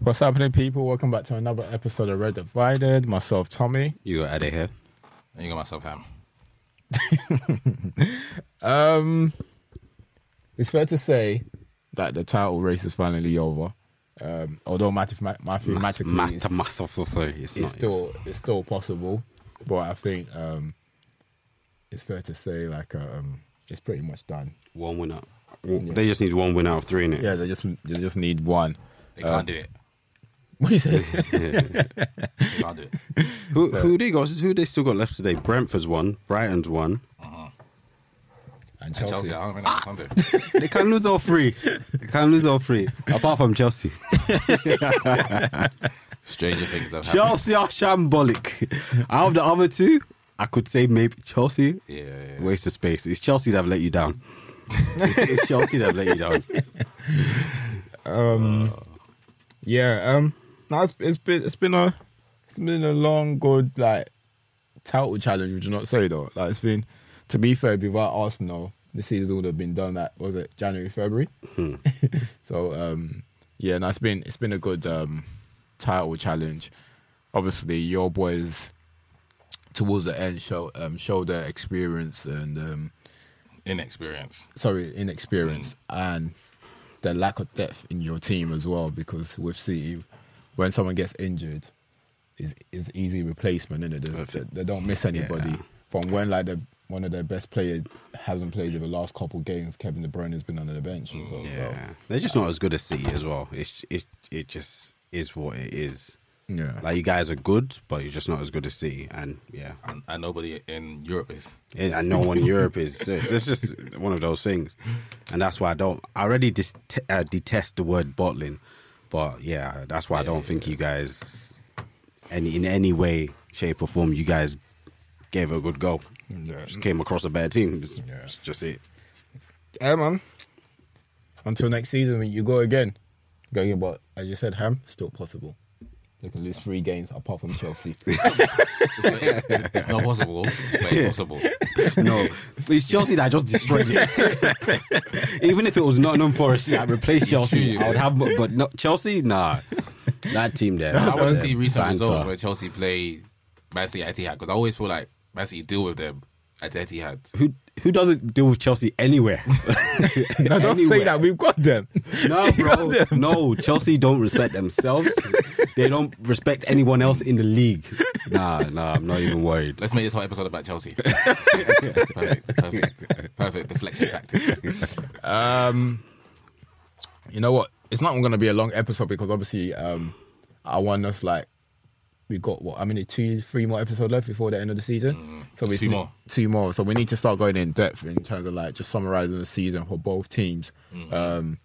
What's happening, people? Welcome back to another episode of Red Divided. Myself, Tommy. You got Ade here. And you got myself ham. It's fair to say that the title race is finally over. Um, although math- math- mathematically, it's, Math, math, of the sorry, it's, it's not. still it's still possible, but I think um, it's fair to say like um, it's pretty much done. it's one winner. Well, They just need one win out of three, innit? Yeah, they just they just need one. Um, They can't do it. What do you say? They can't do it. Who who they got? Who they still got left today? Brentford's one. Brighton's one. and And Chelsea. Chelsea, I don't even know what's on there. They can't lose all three. They can't lose all three. Apart from Chelsea. Stranger things have happened. Chelsea are shambolic. Out of the other two, I could say maybe Chelsea. Yeah, yeah, yeah. Waste of space. It's Chelsea that have let you down. it's Chelsea that have let you down. Yeah, um, no, it's, it's been it's been a it's been a long good like title challenge. Would you not say though? Like it's been to be fair, without Arsenal, this season would have been done. That was it January, February. so um, yeah, no, it's been it's been a good um title challenge. Obviously, your boys towards the end show um show their experience and um Inexperience. sorry, inexperience Mm. and the lack of depth in your team as well. Because with City, when someone gets injured, is is easy replacement, innit? They, they, they don't miss anybody. From when like the one of their best players hasn't played in the last couple games, Kevin De Bruyne has been on the bench. and So, Yeah. They're just not as good as City as well. It's it it just is what it is. so, yeah. Like you guys are good, but you're just not as good as City. And yeah, And, and nobody in Europe is. and, and no one in Europe is. So it's, it's just one of those things, and that's why I don't. I already dis- uh, detest the word bottling, but yeah, that's why I don't think you guys, any in any way, shape or form, you guys gave it a good go. Yeah. Just came across a bad team. It's, Yeah. it's just it. yeah, man. Until next season, you go again. Go again, but as you said, Ham still possible. They can lose three games apart from Chelsea. It's not possible, but it's possible. No, it's Chelsea that just destroyed it. Even if it was Nottingham Forest that replaced Chelsea, true. I would have. But not Chelsea, nah. That team there. I want to Yeah. see recent Banter. results where Chelsea play Man City at Etihad because I always feel like Man City deal with them at Etihad. who who doesn't deal with Chelsea anywhere? no, don't say that. We've got them. No, bro. No, Chelsea don't respect themselves. they don't respect anyone else in the league. Nah, nah, I'm not even worried. Let's make this whole episode about Chelsea. perfect, perfect, perfect deflection tactics. Um, you know what? It's not going to be a long episode because obviously, um, I want us like we got what? I mean, two, three more episodes left before the end of the season. Mm, so we Two ne- more. two more. So we need to start going in depth in terms of like just summarizing the season for both teams. Mm-hmm. Um,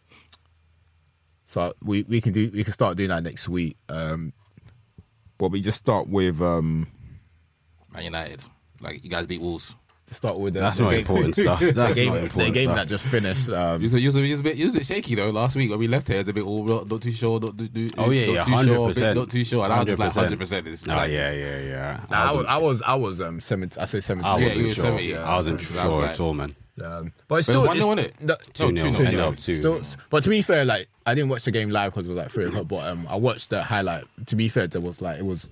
so we we can do we can start doing that next week. Um, but we just start with um, Man United, like you guys beat Wolves. start with the, That's the not game- important stuff. The That's game, not the important game stuff. that just finished. You Um, was, you, was, you, was a bit, you was a bit shaky though last week when we left here. It's a bit all not, not too sure. Not, do, do, Oh, yeah, not yeah, too sure, a 100%. bit not too sure. And I was just like 100%. hundred percent. It's Nah, like, Oh, yeah, yeah, yeah. nah, I was wasn't- I was I was um seventeen. I say seventeen. I Yeah, wasn't you were sure. 70, yeah. I wasn't So I was sure like- at all, man. Um, but it's But still it's 1-0, it's- innit? no, Two nil, two end nil. up two Still- nil. but to be fair, like I didn't watch the game live because it was like three o'clock. But um, I watched the highlight. To be fair, there was like it was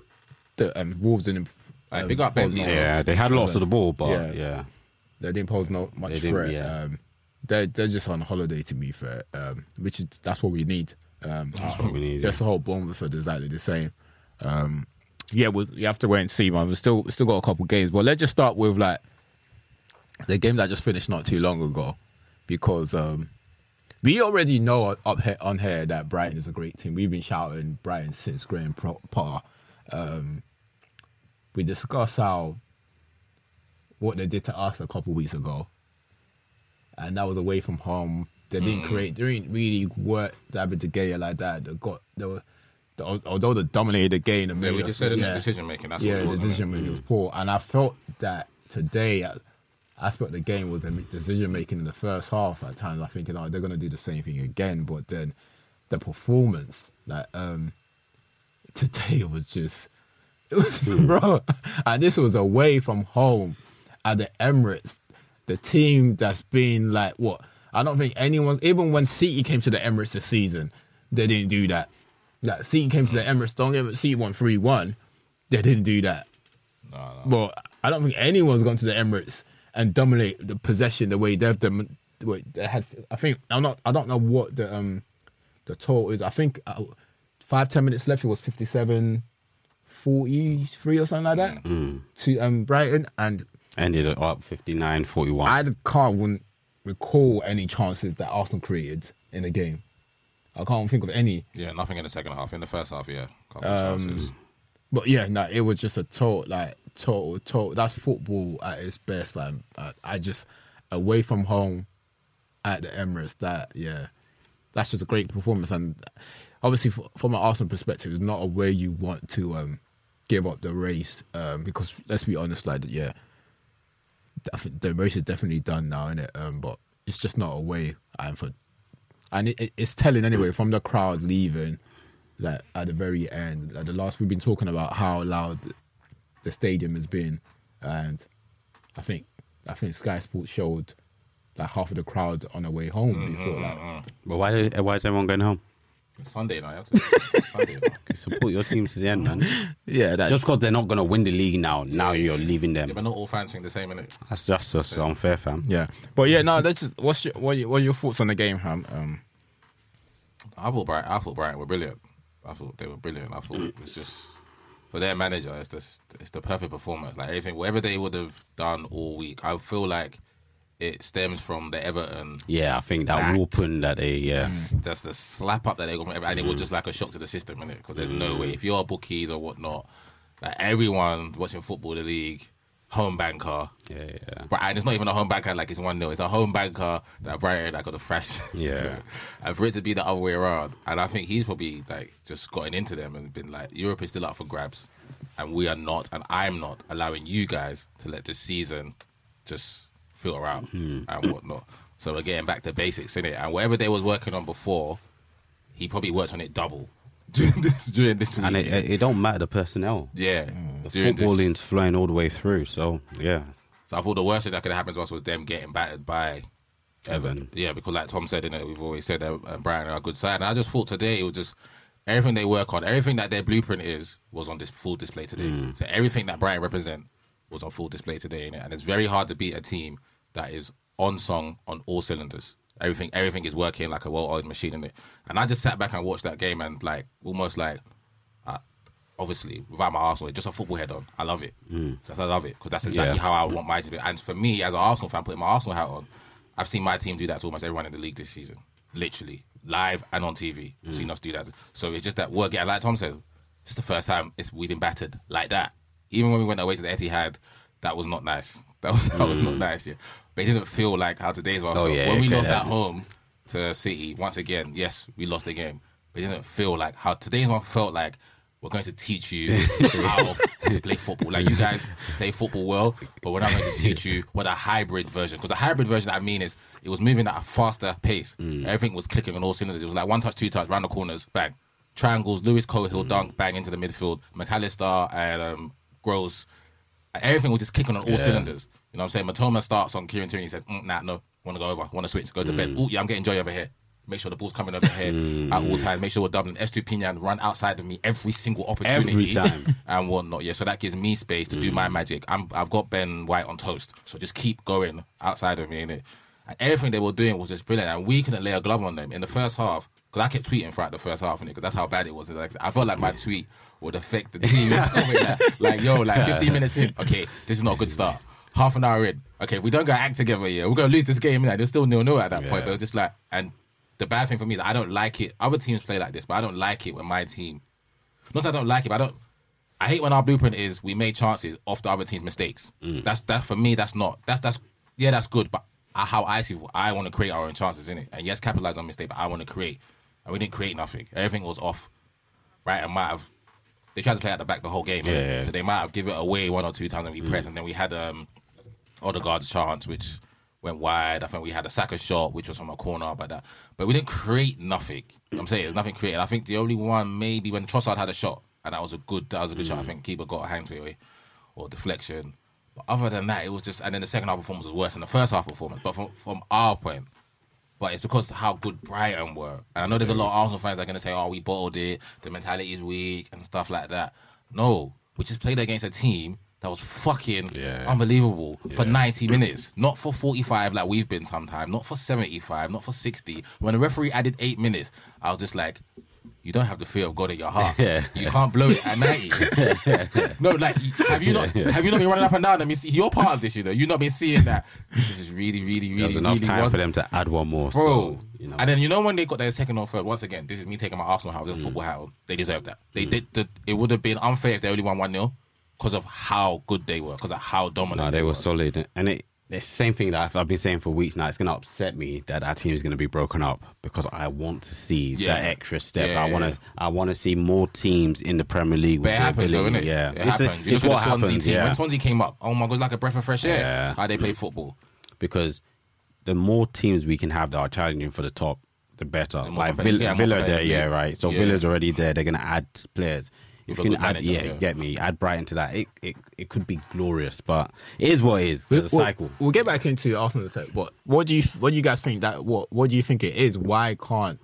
the um, Wolves didn't. Like, um, big up pose Bentley. no- Yeah, they had lots of the ball, but Yeah. yeah. they didn't pose no much They didn't, threat. yeah. Um, they're they're just on holiday. To be fair, um, which is that's what we need. Um, that's what we need, Just the whole Bournemouth are exactly the same. Um, yeah, we you have to wait and see, man. We still we still got a couple games, but let's just start with like the game that just finished not too long ago, because um, we already know up here, on here that Brighton is a great team. We've been shouting Brighton since Graham Pro- Potter. Um, we discussed how what they did to us a couple weeks ago, and that was away from home. They didn't Mm. create, they didn't really work David De Gea like that. They got they were, they, although they dominated the game. and Yeah, we made us- just said in yeah. the decision making. That's Yeah, what it the was, decision making was poor, and I felt that today. I, I felt the game was a decision making in the first half. At times, I thinking, oh, they're gonna do the same thing again. But then, the performance like um today was just it was bro, and this was away from home at the Emirates, the team that's been like what I don't think anyone, even when City came to the Emirates this season, they didn't do that. Like City came to the Emirates, don't get me- City won three one. They didn't do that. No, no. Well, I don't think anyone's gone to the Emirates and dominate the possession the way they've done. Wait, they had. I think I'm not. I don't know what the um the total is. I think uh, five ten minutes left. It was 57, 43 or something like that to um Brighton, and Ended up 59 41. I can't wouldn't recall any chances that Arsenal created in the game. I can't think of any. Yeah, nothing in the second half. In the first half, yeah. Couple of Um, chances. But yeah, no, it was just a total, like total, total. That's football at its best. Like I, I just away from home at the Emirates. That yeah, that's just a great performance. And obviously, f from an Arsenal perspective, it's not a way you want to um, give up the race um, because let's be honest, like yeah, I think the race is definitely done now, isn't it? Um, but it's just not a way. And for and it, it- it's telling anyway from the crowd leaving, like at the very end, like the last we've been talking about how loud the stadium has been, and I think I think Sky Sports showed like half of the crowd on the way home before like but why, did- why is everyone going home? It's Sunday now. you have to- it's Sunday now. Support your team to the end, man. yeah that Just because they're not going to win the league now, now you're leaving Yeah, them. but not all fans think the same, innit? That's just that's unfair, fam. yeah but yeah no that's just what's your what are your, what are your thoughts on the game Ham um I thought Brighton, I thought Brighton were brilliant. I thought they were brilliant. I thought it was just for their manager. It's just it's the perfect performance. Like everything, whatever they would have done all week, I feel like it stems from the Everton. Yeah, I think that Back. whooping that they, yeah. That's the slap up that they got from Everton, and it was just like a shock to the system, innit? Because there's no way if you're bookies or whatnot, like everyone watching football, the league, home banker. Yeah, yeah. But and it's not even a home banker like it's one 0 It's a home banker that Brighton that got a fresh. Yeah. and for it to be the other way around, and I think he's probably like just gotten into them and been like, Europe is still up for grabs, and we are not, and I'm not allowing you guys to let this season just filter out Mm-hmm. and whatnot. So we're getting back to basics in it, and whatever they was working on before, he probably worked on it double during this during this And it, weekend. it, it don't matter the personnel. yeah, The during this- footballing's flowing all the way through, so yeah. So I thought the worst thing that could happen to us was them getting battered by Everton. Everton. Yeah, because like Tom said, in it, we've always said that uh, Brighton are a good side. And I just thought today it was just everything they work on, everything that their blueprint is, was on this full display today. So everything that Brighton represent was on full display today, innit? and it's very hard to beat a team that is on song on all cylinders. Everything, everything is working like a well-oiled machine in it. And I just sat back and watched that game and like almost like obviously without my Arsenal, just a football head on. I love it. That's, I love it because that's exactly Yeah. how I would want my team. to be. And for me, as an Arsenal fan, putting my Arsenal hat on, I've seen my team do that to almost everyone in the league this season, literally live and on TV. I've seen us do that. So it's just that work. And like Tom said, it's the first time it's we've been battered like that. Even when we went away to the Etihad, that was not nice. That was that was not nice. Yeah, but it didn't feel like how today's one. Oh, felt. yeah, when we okay, lost yeah. that home to City once again. Yes, we lost the game, but it doesn't feel like how today's one felt like. We're going to teach you how to play football. Like you guys play football well, but we're not going to teach you what a hybrid version. Because the hybrid version I mean is it was moving at a faster pace. Mm. Everything was clicking on all cylinders. It was like one touch, two touch, round the corners, bang, triangles. Lewis Mm. Cohill dunk, bang into the midfield. McAllister and um, Gross like, everything was just kicking on all cylinders. You know what I'm saying? Matoma starts on Kieran Tierney. He says, mm, nah, no, want to go over, want to switch, go to Mm. bed. Oh, yeah, I'm getting Joy over here. Make sure the ball's coming over here at Mm. all times. Make sure we're doubling. S2 Pinion run outside of me every single opportunity. Every time. And whatnot. Yeah, so that gives me space to do my magic. I'm, I've got Ben White on toast. So just keep going outside of me, innit? And everything they were doing was just brilliant. And we couldn't lay a glove on them in the first half. Because I kept tweeting throughout the first half, innit? Because that's how bad it was. Like, I felt like my tweet would affect the team. It's coming, like, like, yo, like 15 minutes in, okay, this is not a good start. Half an hour in, okay, if we don't go act together here, we're going to lose this game. Like, they're still nil nil at that point. Yeah. But it's just like, and the bad thing for me is I don't like it. Other teams play like this, but I don't like it when my team, not that I don't like it, but I don't, I hate when our blueprint is we made chances off the other team's mistakes. That's that for me. That's not that's that's yeah, that's good. But I, how I see, I want to create our own chances in it, and yes, capitalize on mistake. But I want to create, and we didn't create nothing. Everything was off. Right, and might have they tried to play at the back the whole game, innit? yeah. so they might have given it away one or two times, and we pressed, and then we had um Odegaard's chance, which went wide. I think we had a Saka shot, which was from a corner, but that, but we didn't create nothing. You know what I'm saying there's nothing created. I think the only one maybe when Trossard had a shot, and that was a good, that was a good shot. I think keeper got a hand to it away or deflection. But other than that, it was just. And then the second half performance was worse than the first half performance. But from from our point, But it's because of how good Brighton were. And I know there's a lot of Arsenal fans that are going to say, oh, we bottled it, the mentality is weak, and stuff like that. No, we just played against a team that was fucking Yeah. unbelievable for Yeah. 90 minutes, not for 45 like we've been sometime, not for 75, not for 60. When the referee added eight minutes, I was just like, you don't have the fear of God in your heart. Yeah. You can't blow it at 90. no, like, have you not have you not been running up and down? I mean, see, you're part of this, you know. You've not been seeing that. This is really, really, There really, was enough really time wrong. for them to add one more. Bro. so, you know, And then you know when they got their second or third, once again, this is me taking my Arsenal hat, Mm. their football hat. on. They deserved that. They did. The, it would have been unfair if they only won one 0 because of how good they were, because of how dominant no, they were solid, and it. It's the same thing that I've, I've been saying for weeks now. It's going to upset me that our team is going to be broken up because I want to see Yeah. that extra step. Yeah, I want to. yeah. I want to see more teams in the Premier League. With But it the happens, though, ability. innit? Yeah, it it's, happens. it's You look at what the Swansea happens. team. yeah. When Swansea came up, oh my god, it's like a breath of fresh air. Yeah. Mm. How they play football. because the more teams we can have that are challenging for the top, the better. more like competitive- Villa, yeah, more Villa there, competitive yeah, league. right. So Yeah. Villa's already there. They're gonna add players. If With a you can good add, manager, yeah, yeah. get me. Add Brighton to that. It, it it could be glorious, but it is what it is. There's a We'll- cycle. We'll get back into Arsenal in a sec. But what do you what do you guys think that what what do you think it is? Why can't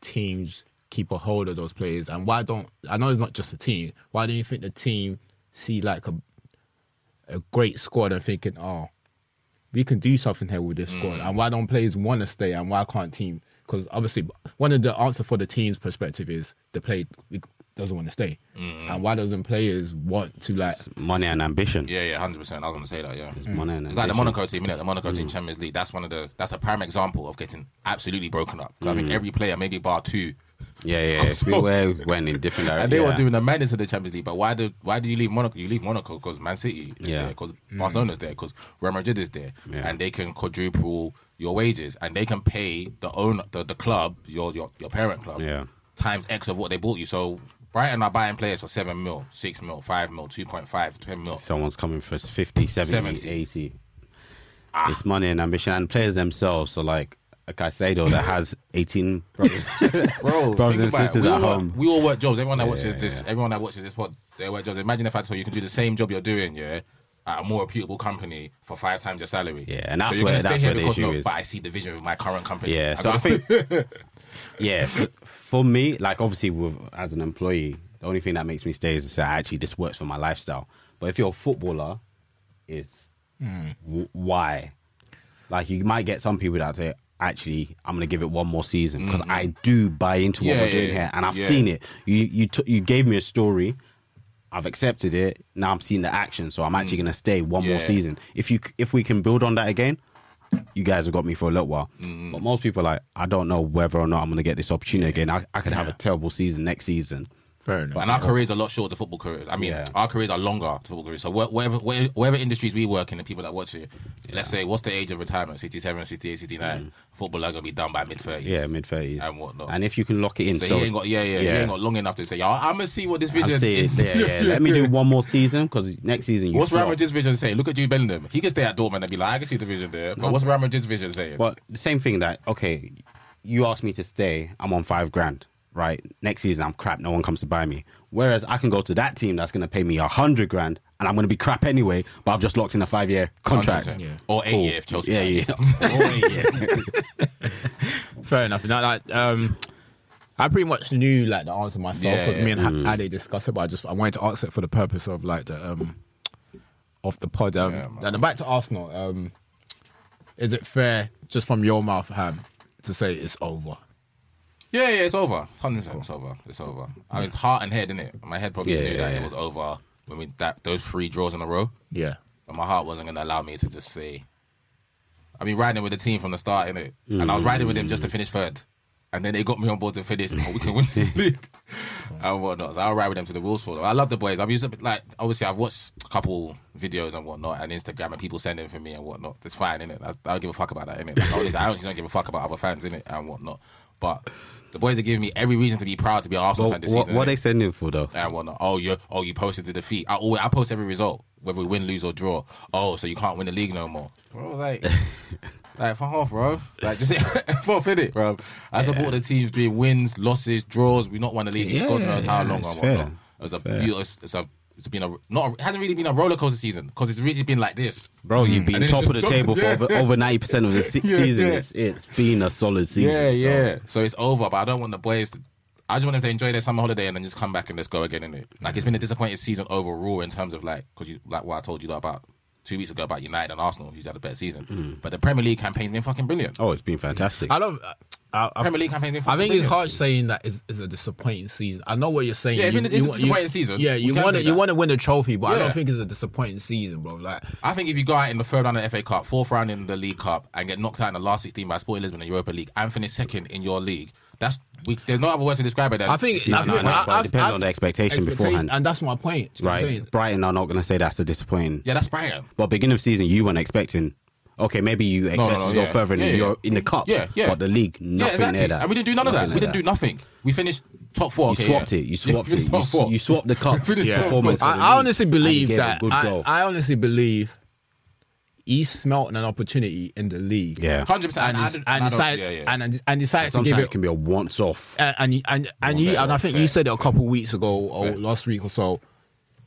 teams keep a hold of those players? And why don't I know it's not just the team. Why do you think the team see like a a great squad and thinking, oh, we can do something here with this squad? And why don't players want to stay? And why can't team? Because obviously, one of the answer for the team's perspective is the player doesn't want to stay. And why doesn't players want to like? Money and ambition. Yeah, yeah, hundred percent. I was gonna say that. Yeah. Mm. Money and It's like the ambition. Monaco team, innit? The Monaco Mm. team Champions League. That's one of the. That's a prime example of getting absolutely broken up. 'Cause I Mm. think every player, maybe bar two, Yeah, yeah. yeah. We were went in different directions. and they yeah. were doing the madness of the Champions League. But why do why do you leave Monaco? You leave Monaco because Man City is Yeah. there, because Barcelona's there, because Real Madrid is there, Yeah. and they can quadruple your wages, and they can pay the own the, the club your your your parent club Yeah. times X of what they bought you. So Brighton are buying players for seven mil, six mil, five mil, two point five, ten mil. Someone's coming for 50, 70, 70. 80. Ah. It's money and ambition and players themselves. So like a Caicedo that has eighteen brothers. Brothers and Bro, think about it. sisters we at all work- home. we all work jobs. Everyone that Yeah, watches this, everyone that watches this pod, they work jobs. Imagine if I told you you can do the same job you're doing, yeah, at a more reputable company for five times your salary. Yeah, and that's so you're where- gonna stay that's here where the because issue no, is. but I see the vision of my current company. Yeah, I so gotta I think, yeah, f- for me, like obviously, with, as an employee, the only thing that makes me stay is to say, actually, this works for my lifestyle. But if you're a footballer, it's Hmm. w- why? Like, you might get some people that say, actually, I'm going to give it one more season because I do buy into what Mm-hmm. Yeah, we're yeah, doing yeah. here, and I've Yeah. seen it. You you took you gave me a story. I've accepted it. Now I'm seeing the action, so I'm actually going to stay one Mm. Yeah. more season. If you c- if we can build on that again, you guys have got me for a little while. Mm. But most people are like, I don't know whether or not I'm going to get this opportunity again. I, I could have a terrible season next season. Fair enough. But and our careers are a lot shorter than football careers. I mean, Yeah. our careers are longer to football careers. So wh- whatever, wh- whatever industries we work in, the people that watch it, let's say, what's the age of retirement? 67, 68, 69. Football are gonna be done by mid thirties. Mm. Yeah, mid 30s. And whatnot. And if you can lock it in, So, so, he ain't got, yeah, yeah, he yeah. ain't got long enough to say, "Yeah, I'm gonna see what this I'm vision saying, is." yeah, yeah, let me do one more season because next season you. What's Real flop. Madrid's vision saying? Look at Jude Bellingham. He can stay at Dortmund and be like, I can see the vision there. But what's Real Madrid's vision saying? But the same thing that okay, you asked me to stay. I'm on five grand, right? Next season I'm crap. No one comes to buy me. Whereas I can go to that team that's going to pay me a hundred grand, and I'm going to be crap anyway. But I've just locked in a five year contract. 100%. Or eight Cool. year if Chelsea. Yeah, try. yeah. Fair enough. Now, like, um, I pretty much knew like the answer myself Yeah, because me yeah. and mm. Ade discussed it, but I just I wanted to answer it for the purpose of like the um of the pod. Um, Yeah, man. and back to Arsenal. Um, is it fair just from your mouth, Ham, to say it's over? Yeah, yeah, it's over. 100% it's over. It's over. I mean, it's heart and head, innit? My head probably Yeah, knew yeah, that it yeah. was over when we that those three draws in a row. Yeah. But my heart wasn't going to allow me to just say. I mean, riding with the team from the start, innit? And I was riding with them Mm. just to finish third. And then they got me on board to finish. Oh, we can win this league. and whatnot. So I'll ride with them to the rules for them. I love the boys. I've used, it- like, obviously, I've watched a couple videos and whatnot and Instagram and people sending for me and whatnot. It's fine, innit? I, I don't give a fuck about that, innit? Like, honestly, I honestly don't give a fuck about other fans, innit? And whatnot. But the boys are giving me every reason to be proud to be an Arsenal fan But this what, season. what innit? they sending for though? and whatnot. Oh, you oh you posted the defeat. I always I post every result, whether we win, lose or draw. Oh, so you can't win the league no more, bro. Like, like fuck off, bro. Like just forfeit it, bro. I support the teams doing wins, losses, draws. We not won the league. in Yeah, God knows how yeah, long it's and fair. whatnot. It's a beautiful. It's a It's been a not. It hasn't really been a roller coaster season because it's really been like this. Bro, you've And been then top it's of the just dropped- table for yeah. over, over 90% of the se- Yeah, season. yeah. It's, it's been a solid season. Yeah, so- yeah. So it's over, but I don't want the boys to. I just want them to enjoy their summer holiday and then just come back and let's go again in it. Like it's been a disappointing season overall in terms of like because you like what I told you about two weeks ago about United and Arsenal, who's had a better season. Mm. But the Premier League campaign's been fucking brilliant. Oh, it's been fantastic. I don't. uh, I, I, Premier League campaign's been I fucking think it's brilliant. harsh saying that it's, it's a disappointing season. I know what you're saying. Yeah, I you, mean, it's a want- disappointing season. Yeah, We you can want say to you that. want to win the trophy, but I Yeah. don't think it's a disappointing season, bro. Like, I think if you go out in the third round of the FA Cup, fourth round in the League Cup, and get knocked out in the last 16 by Sporting Lisbon in the Europa League and finish second in your league, that's we, there's no other words to describe it. Than I think No, I no, think- no, I- but I- it depends I- on the expectation, beforehand. and that's my point. you know what I'm saying? right. Brighton are not going to say that's a disappointing. yeah, that's Brighton. But beginning of season, you weren't expecting. Okay, maybe you expect no, to go yeah. further in, Yeah, the yeah. Euro- in the cup. Yeah, yeah. But the league, nothing yeah, exactly. near that. And we didn't do none of that. Nothing we near didn't do nothing. We finished top four. You okay, swapped yeah. it. You Yeah, swapped we it. You, top s- four. you swapped the cup finished top performance. four. of the I, I league honestly and you believe gave it a that. good I, goal. I honestly believe he smelt an opportunity in the league. yeah. 100%. and, I he's- don't- I and don't- decided yeah, yeah. and and- and decided to Sometimes give it it. can be a once off. And and and, and you fair, and I think fair, you said it a couple weeks ago or Fair. last week or so.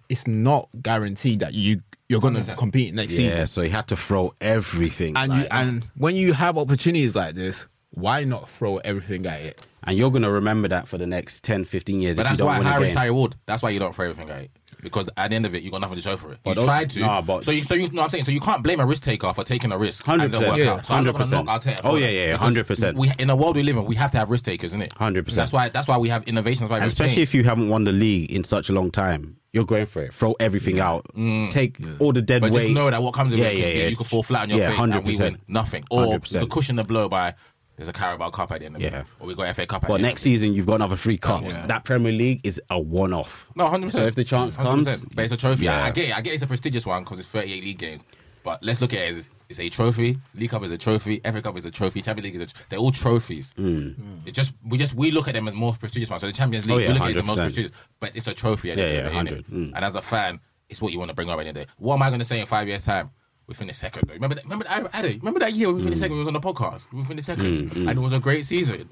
It's not guaranteed that you you're going to 100%. compete next Yeah, season. so you had to throw everything. And you like- and when you have opportunities like this, why not throw everything at it? and you're going to remember that for the next 10, 15 years. But if that's you don't why win a Harry game. Harry Wood. That's why you don't throw everything at it. Because at the end of it, you got nothing to show for it. But you don't- tried to. nah, but- so you, so you know what I'm saying. So you can't blame a risk taker for taking a risk. and it didn't 100%, work yeah, out. So I'm not gonna 100%. knock Arteta for Oh, yeah, that. yeah, Because 100%. We in the world we live in, we have to have risk takers, innit? 100%. That's why. That's why we have innovations. That's why And we've especially changed. if you haven't won the league in such a long time, you're going for it. Throw everything out. Take all the dead Mm. But weight. just know that what comes of Yeah, it, yeah, could be yeah. you could fall flat on your Yeah, face and we 100%. win nothing, or you 100%. could cushion the blow by there's a Carabao Cup at the end of Yeah. it, or we got FA Cup. At but the next end season, you've got another three cups. That Premier League is a one off. of it. no, hundred percent. So if the chance comes, but it's a trophy. Yeah. I, I get it. I get it's a prestigious one because it's 38 league games. But let's look at it. As, it's a trophy. League Cup is a trophy. FA Cup is a trophy. Champions League is a. tr- They're all trophies. It just we just we look at them as more prestigious ones. So the Champions League, Hmm. Oh, yeah, we look at it as the most 100%. prestigious. But it's a trophy. At the Yeah, end of yeah, the day, innit? 100. Mm. And as a fan, it's what you want to bring up any day. What am I going to say in five years' time? We finished second. Though. Remember that? Remember that? Ade, remember that year we Mm. finished second? We was on the podcast. We finished second, and it was a great season.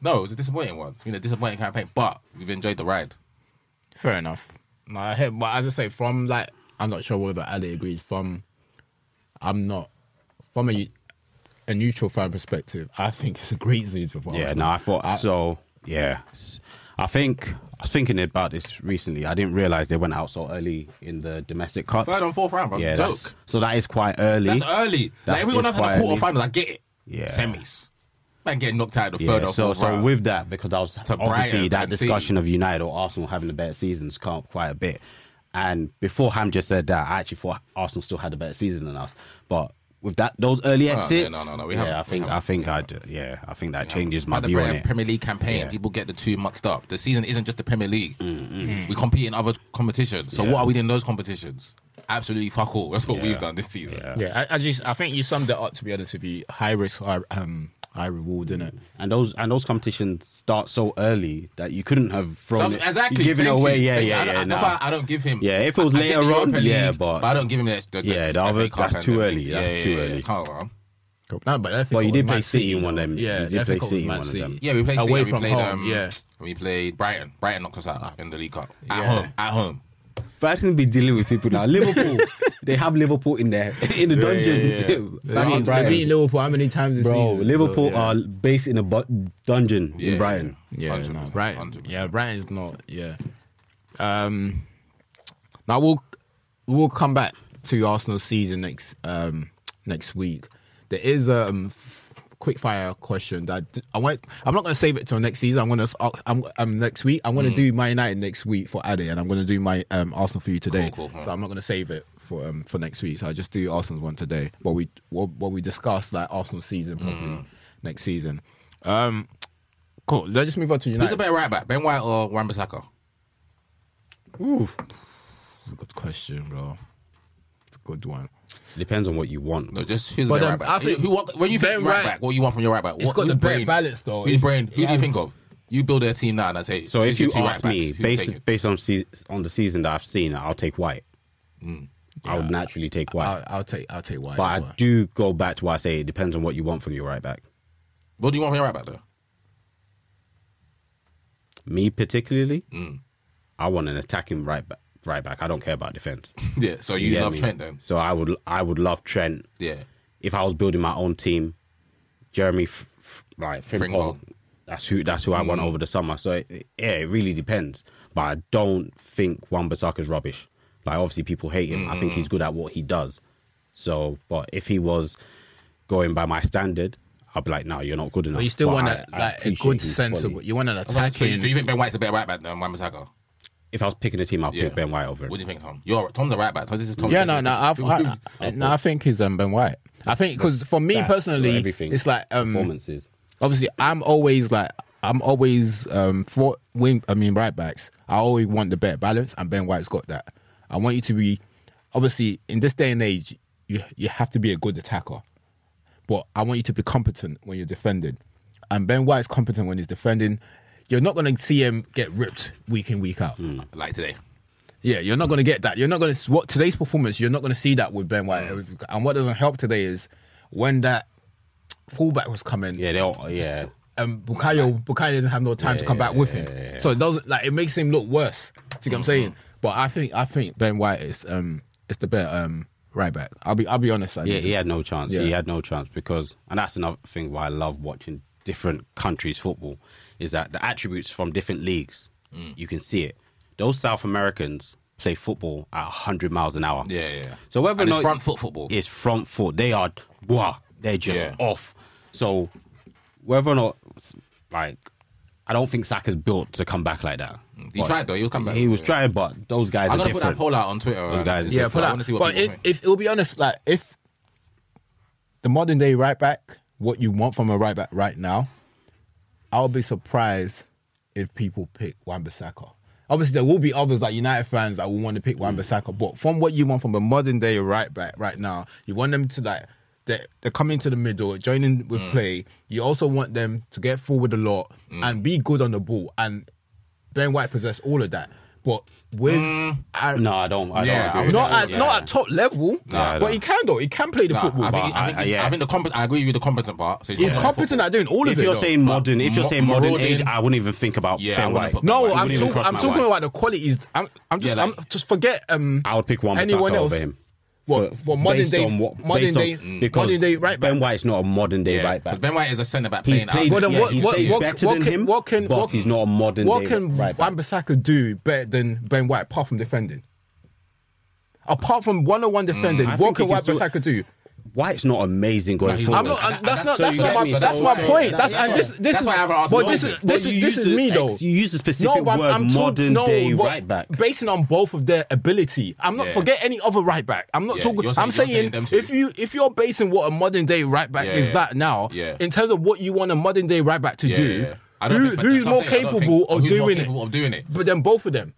No, it was a disappointing one. It's been a disappointing campaign, but we've enjoyed the ride. Fair enough. No, I hear, but as I say, from like, I'm not sure whether Ali agrees. From, I'm not from a a neutral fan perspective. I think it's a great season for Yeah, Arsenal. no, I thought so. Yeah, S- I think I was thinking about this recently. I didn't realize they went out so early in the domestic cups. Third and fourth round, bro. yeah, that's- Joke. so that is quite early. That's early. That like everyone is else had quite the quarterfinals. I get it. Yeah. Semis. Man, getting knocked out of the yeah, third or so fourth so round. with that because I was obviously Brighton that and City. discussion of United or Arsenal having the better seasons come up quite a bit. And before Ham just said that, I actually thought Arsenal still had a better season than us. But with that, those early Oh, no, exits, no, no, no, we haven't- yeah, I we think haven't, I think we I would yeah, I think that changes my Like the view on Premier, it. Premier League campaign, Yeah. Mm, people get the two mixed up. The season isn't just the Premier League. We compete in other competitions. So Yeah. what are we doing in those competitions? Absolutely fuck all. That's what Yeah. we've done this season. Yeah. yeah. I, I just I think you summed it up. To be honest with you, high risk, high, um, high reward, innit? and those and those competitions start so early that you couldn't have thrown That's- it, exactly. given it Thank away. you. Yeah, Thank you. yeah, I don't- yeah. That's nah. why I don't give him. Yeah, if it I- was I get later the on, Europa yeah, League, but- I don't give him the. the Yeah, the the other- FA Cup that's and too the- early. That's too early. Come on. Cool. No, but I think Well, you it was did play Man City in one of them. Yeah, You did I play think it was City in Man one of City. them. Yeah, we played Away City, from we played, home, Um, yeah. we played Brighton. Brighton knocked us Ah. out in the League Cup at Yeah. home. At home. Brighton be dealing with people now. Liverpool, they have Liverpool in there in the dungeon. They Back beat- in they Brighton. beat Liverpool how many times this Bro, season? So, Liverpool yeah. are based in a bu- dungeon in Brighton. Yeah, no, 100%, Brighton. 100%. Yeah, Brighton's not. Yeah. Um. Now we'll we'll come back to Arsenal's season next um next week. There is a um, f- quick fire question that d- I want. I'm not going to save it till next season. I'm going to. I'm, I'm next week. I'm going Mm. to do my United next week for Ade, and I'm going to do my um Arsenal for you today. Cool, cool, So I'm not going to save it. For, um, for next week, so I just do Arsenal's one today. But we what, what we discussed like Arsenal season probably Mm. next season. Um, cool. Let's just move on to United. Who's a better right back, Ben White or Wan Bissaka? Good question, bro. It's a good one. Depends on what you want. No, just who's a But better then right back? I think who, what, when you think Ben right, White- back, what you want from your right back? It's What- got whose the better brain- balance, though. Whose If- brain? Who do yeah. you think of? You build a team now, and I say. So if these are you two right ask me, backs, who based take it? based on se- on the season that I've seen, I'll take White. Mm. I would naturally take White, I'll, I'll take I'll take White. but I as well. do go back to what I say. It depends on what you want from your right back. what do you want from your right back though? Mm. Me particularly, I want an attacking right back right back. I don't care about defense. Yeah, so you, get love me? Trent then? So I would I would love Trent Yeah. if I was building my own team, Jeremy, F- F- like Frimpong, Frimpong. that's who that's who I want over the summer. So it, it- yeah, it really depends. But I don't think Wan Bissaka's rubbish. Like obviously people hate him. I think he's good at what he does. So, but if he was going by my standard, I'd be like, no, you're not good enough. But you still But want I- a, I like, a appreciate good his sense of quality. what you want an So you, so you attacking. think Ben White's a better right back than Wan Bissaka? If I was picking a team, I'd Yeah. pick Ben White over. What do him. you think, Tom? You're Tom's a right back, so this is Tom. Yeah, no, no, I've, I, I, no, I think he's um, Ben White. I think because for me Stats, personally, everything, it's like um, performances. obviously I'm always like I'm always um for wing I mean right backs. I always want the better balance and Ben White's got that. I want you to be obviously in this day and age you you have to be a good attacker. But I want you to be competent when you're defending. And Ben White's competent when he's defending. You're not gonna see him get ripped week in, week out. Like today. Yeah, you're not going to get that. You're not going to what today's performance. You're not going to see that with Ben White. And what doesn't help today is when that fullback was coming. Yeah, they all. Yeah, And Bukayo, Bukayo didn't have no time to Yeah, come back with yeah, him, yeah, Mm-hmm. yeah. so it doesn't like it makes him look worse. See what I'm saying? But I think I think Ben White is um is the better um right back. I'll be I'll be honest. I Yeah, think. he had no chance. He Yeah. had no chance because, and that's another thing why I love watching different countries' football is that the attributes from different leagues, Mm. you can see it. Those South Americans play football at 100 miles an hour. Yeah, yeah. So whether And or not it's front foot football. it's front foot, they are, wow, they're just Yeah. off. So whether or not, like, I don't think Saka's built to come back like that. Mm, He tried, though. He was coming back. He was Yeah. trying, but those guys I'm are gonna put different. that poll out on Twitter. man. guys- It's yeah, just put like, I out. wanna see what But people it, think. if it'll be honest, like if the modern day right back, what you want from a right back right now, I'll be surprised if people pick Wan Bissaka. Obviously, there will be others like United fans that will want to pick Hmm. Wan Bissaka, but from what you want from a modern day right back right now, you want them to like they're, they're coming to the middle, joining Hmm. with play. You also want them to get forward a lot and be good on the ball. And Ben White possess all of that, but with Hmm. I- No, I don't. I Yeah, don't. agree I with not that. at Yeah. not at top level, Nah, but nah. he can though. He can play the Nah, football. I but think, I, think I- he's- yeah. I think the compet- I agree with you. The competent part. So he's, he's not playing competent football. at doing all of if it. you're though. saying modern, if you're Mo- saying modern marauding- age, I wouldn't even think about Yeah, I Ben wouldn't White. put- no, Wouldn't I'm, even talk- cross I'm my talking mind. about the qualities. I'm, I'm just, Yeah, like- I'm just forget um I would pick one anyone else. over him. What For- for, modern based day, on what- modern based on- Mm. day, because modern day right back. Ben White's not a modern day Yeah, right back. Because Ben White is a centre back He's playing. out. played, Well, then yeah, what- he's what- played what- better what than can- him, what can- but what- he's not a modern What day can right back. Wan Bissaka do better than Ben White apart from defending? Apart from one-on-one defending, I what think can he Wan can still- Bissaka do? White's not amazing going he's forward. I'm not. And I, that- that's and not. that's- That's so not you get my. me, that's so- my so point. that- That's that's and why- this. This that's is. why I've asked But Moses. this is. But This you is. This used is the me ex- though. You use a specific but I'm- word, I'm talk- modern no, day but right back. Basing on both of their ability. I'm not Yeah. forget any other right back. I'm not Yeah, talking. you're saying- I'm you're saying saying, them two. if you if you're basing what a modern day right back Yeah, is yeah. that now, Yeah. in terms of what you want a modern day right back to Yeah, do, yeah, yeah. I don't Who, think- but who's that's what more I'm saying, I don't capable think- of who's more doing capable it? of doing it? But then both of them.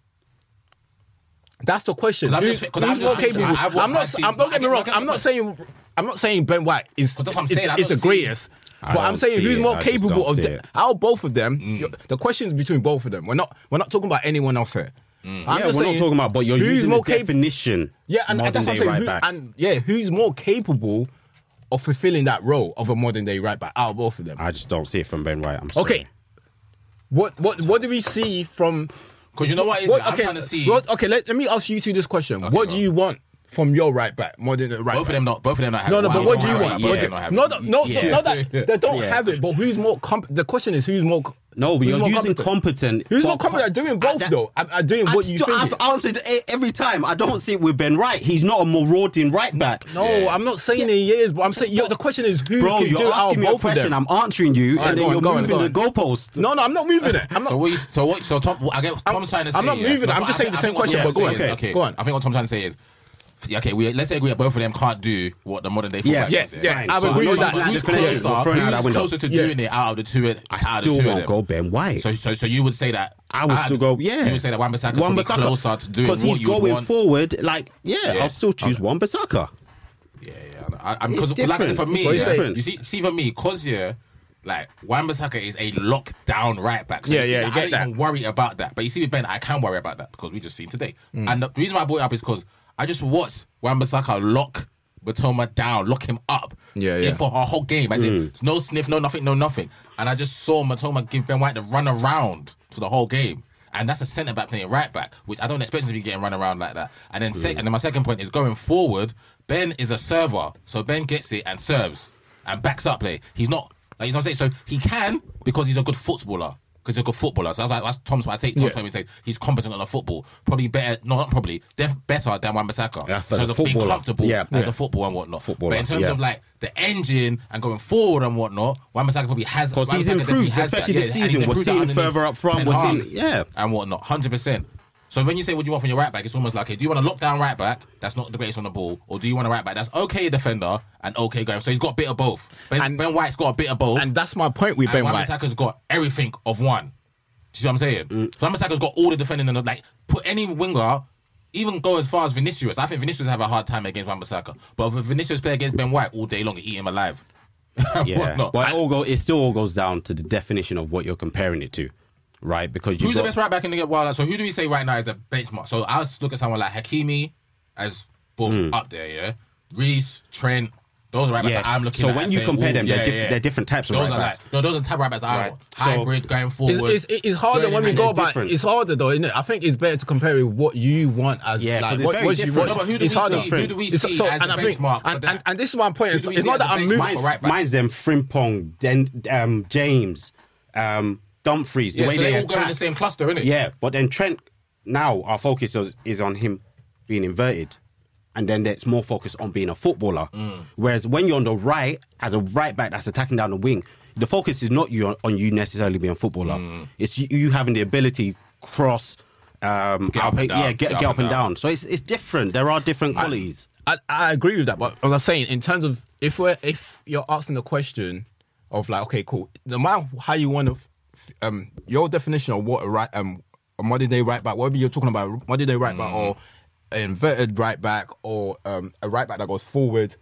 That's the question. 'Cause I'm Who- just- 'cause I'm who's just- more I'm- capable? I've watched I'm my not. team. I'm, don't I get me don't- wrong. I don't- I'm not saying. I'm not saying Ben White is 'Cause that's what I'm is, saying, I is the don't see it. greatest, I but don't I'm saying see who's it, more I just capable don't of see the, it. how both of them. Mm. you- The question is between both of them. We're not. We're not talking about anyone else here. Mm. I'm yeah, we're just saying not talking about, but you're who's using the more capable. definition. Yeah, and, and modern that's what I'm day saying. right who- back. and yeah, who's more capable of fulfilling that role of a modern day right back out of both of them? I just don't see it from Ben White. I'm sorry. Okay. What what what do we see from? 'Cause you know what it is, What, I'm okay, trying to see- what- okay, let, let me ask you two this question. Okay, what go do on. you want from your right back, modern day right Both of back? them not. Both of them not. No, having- no, but Wow, what do wow, you wow, want? Both What of do- them not having- No, no, no, Yeah. not that they don't Yeah. have it. But who's more? Comp- the question is who's more? No, but who's you're more using competent. Who's but more competent at doing both that- though? At, at doing I what just you don't- think? I've answered it e-, every time. I don't see it with Ben Wright. He's not a marauding right back. no, I'm not saying he is, but I'm saying yo, the question is who Bro, can do you're it out of asking me a both of question. them? I'm answering you, Alright, and go then on, you're go on, moving go the on. goalpost. No, no, I'm not moving it. I'm not. So what? You, so what? So Tom, I get what Tom's trying to say. I'm not yeah. moving it. No, I'm but just I saying the think- same I think question, what but go Tom's on. saying is- Okay, go on. I think what Tom's trying to say is, yeah, okay, we let's say agree that both of them can't do what the modern day fullback yeah, is. yeah, Fine. I've So agreed I'm with not that. gonna Who's let the finish closer? it. We're throwing it out that Who's window. closer to Yeah. doing it out of the two? Out I of still the two of won't them? go Ben White. So, so, so you would say that I would I'd- still go. Yeah, You would say that Wan-Bissaka's probably Wan-Bissaka. closer to doing what he's you going want. forward. Like, yeah, Yeah. I'll still choose Wan Bissaka. Yeah, yeah. I, I'm because It's like I said, for different. me, It's yeah, different. you see, see for me, cause yeah, like Wan-Bissaka is a lockdown right back. So Yeah, you see yeah, that, you I get don't that. even worry about that. But you see with Ben, I can worry about that because we just seen today. Mm. And the reason why I brought it up is because I just watched Wan-Bissaka lock Batoma down, lock him up. Yeah, yeah. In for a whole game, I said, Mm. no sniff, no nothing, no nothing. And I just saw Matoma give Ben White the run around for the whole game. and that's a centre back playing right back, which I don't expect him to be getting run around like that. And then, Mm. sec- and then my second point is going forward. Ben is a server, so Ben gets it and serves and backs up play. He's not like you know what I'm saying. So he can because he's a good footballer. Because he's a good footballer. So I was like, that's Tom's. I take Tom's Yeah. point. when he said he's competent on the football. Probably better. No, not probably. Def- better than Wan Bissaka. Yeah, in as a terms of being footballer. comfortable Yeah. as Yeah. a footballer and whatnot. Footballer, but in terms yeah. of like the engine and going forward and whatnot, Wan Bissaka probably has Because Wan he's Bissaka improved, definitely has especially that. this Yeah, and he's season. We're improved seeing underneath further up front, Ten we're Hag seeing- yeah. and whatnot. Hundred percent. So when you say what you want from your right back, it's almost like, okay, do you want a lockdown right back that's not the greatest on the ball, or do you want a right back that's okay defender and okay going? So he's got a bit of both. Ben, And- ben White's got a bit of both, And that's my point with and Ben Wan White. Bissaka's got everything of one. Do you see what I'm saying? Mm. Wan Bissaka's got all the defending and the- like put any winger, even go as far as Vinicius. I think Vinicius have a hard time against Wan Bissaka, but if Vinicius play against Ben White all day long, and eat him alive. Yeah, Whatnot. but it all go. It still all goes down to the definition of what you're comparing it to, right? Because you Who's got, the best right back in the game? Well, like, so who do we say right now is the benchmark? So I was look at someone like Hakimi as boom up there, yeah. Reese, Trent, those are right backs Hmm. Yes. that I'm looking So at. when and you saying, compare ooh, them, they're diff- they're different types of those right are backs. Like, no, those are the type of right backs I Right. want. So- Hybrid going It's, forward. it's, it's harder when we go They're about. different. It's harder though, isn't it? I think it's better to compare it with what you want as Yeah, 'cause like it's what, very what you different. want. No, but who do it's we harder. see- who do we It's- see as the I think- benchmark for and, that? and, and this is my point. Who It's, do we it's see not as that I'm the benchmark moving. mine's, right backs. mine's them Frimpong, Den, um, James, um, Dumfries. The yeah, way so they, they all go in attack. the same cluster, innit? Yeah, but then Trent. Now our focus is, is on him being inverted, and then it's more focused on being a footballer. Mm. Whereas when you're on the right as a right back that's attacking down the wing, the focus is not you on you necessarily being a footballer. Mm. It's you, you having the ability cross. Um, Get up outpa- and down, yeah, get, get up and down. down. So it's it's different. There are different qualities. I, I agree with that, but as I was saying, in terms of if we're if you're asking the question of like, okay, cool, no matter how you want to, um, your definition of what a right um a modern day right back, whatever you're talking about, modern day right back Mm. or an inverted right back or um a right back that goes forward,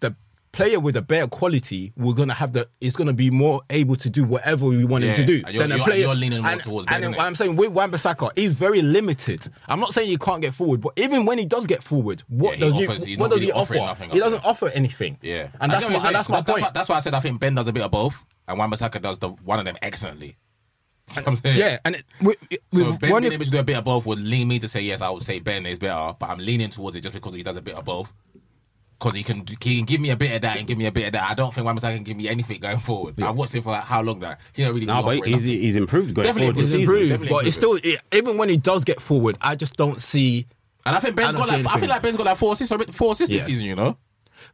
the player with a better quality, we're gonna have the is gonna be more able to do whatever we want Yeah, him to do. and you're- than a you're- player, you're leaning more and, towards and Ben, then innit? I'm saying with Wan Bissaka, he's very limited. I'm not saying he can't get forward, but even when he does get forward, what Yeah, he does offers- he he's what not does he really offer? offering nothing he up doesn't there. offer anything. Yeah. and I that's get what you're my, and that's saying. my point. why- that's why I said I think Ben does a bit of both, and Wan Bissaka does the one of them excellently. See what I'm saying? yeah, and it, with, So with Ben one, being able to do a bit of both would lean me to say yes. I would say Ben is better, but I'm leaning towards it just because he does a bit of both. Because he can, he can give me a bit of that and give me a bit of that. I don't think Wambasaka can give me anything going forward. I've watched him for like how long now? He don't really. No, be but offering he's, nothing. he's improved going Definitely forward this he's season. improved. improved, definitely but it's still improving. it- even when he does get forward, I just don't see. and I think Ben's I don't got see like I anything. feel like Ben's got like four assists, or- four assists Yeah. this season. You know.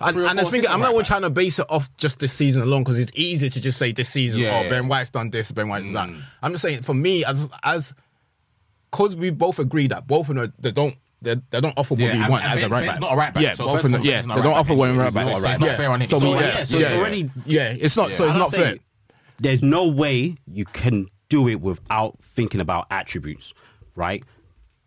And, Three or and I four think assists I'm right not even back. trying to base it off just this season alone because it's easy to just say this season. Yeah, Mm. oh, yeah. Ben White's done this. Ben White's done that. I'm just saying for me as as because we both agree that both of them they don't they, they don't offer what Yeah, we and- want and as Ben- a right Ben's back. not a right back, Yeah, so both of first of them. all, Yeah, he's not a they right don't offer back one anyway. right back. So it's not fair on him. So So we- yeah, yeah, so it's yeah, already- yeah. It's not. So Yeah. it's And not I'm saying, fair. There's no way you can do it without thinking about attributes, right?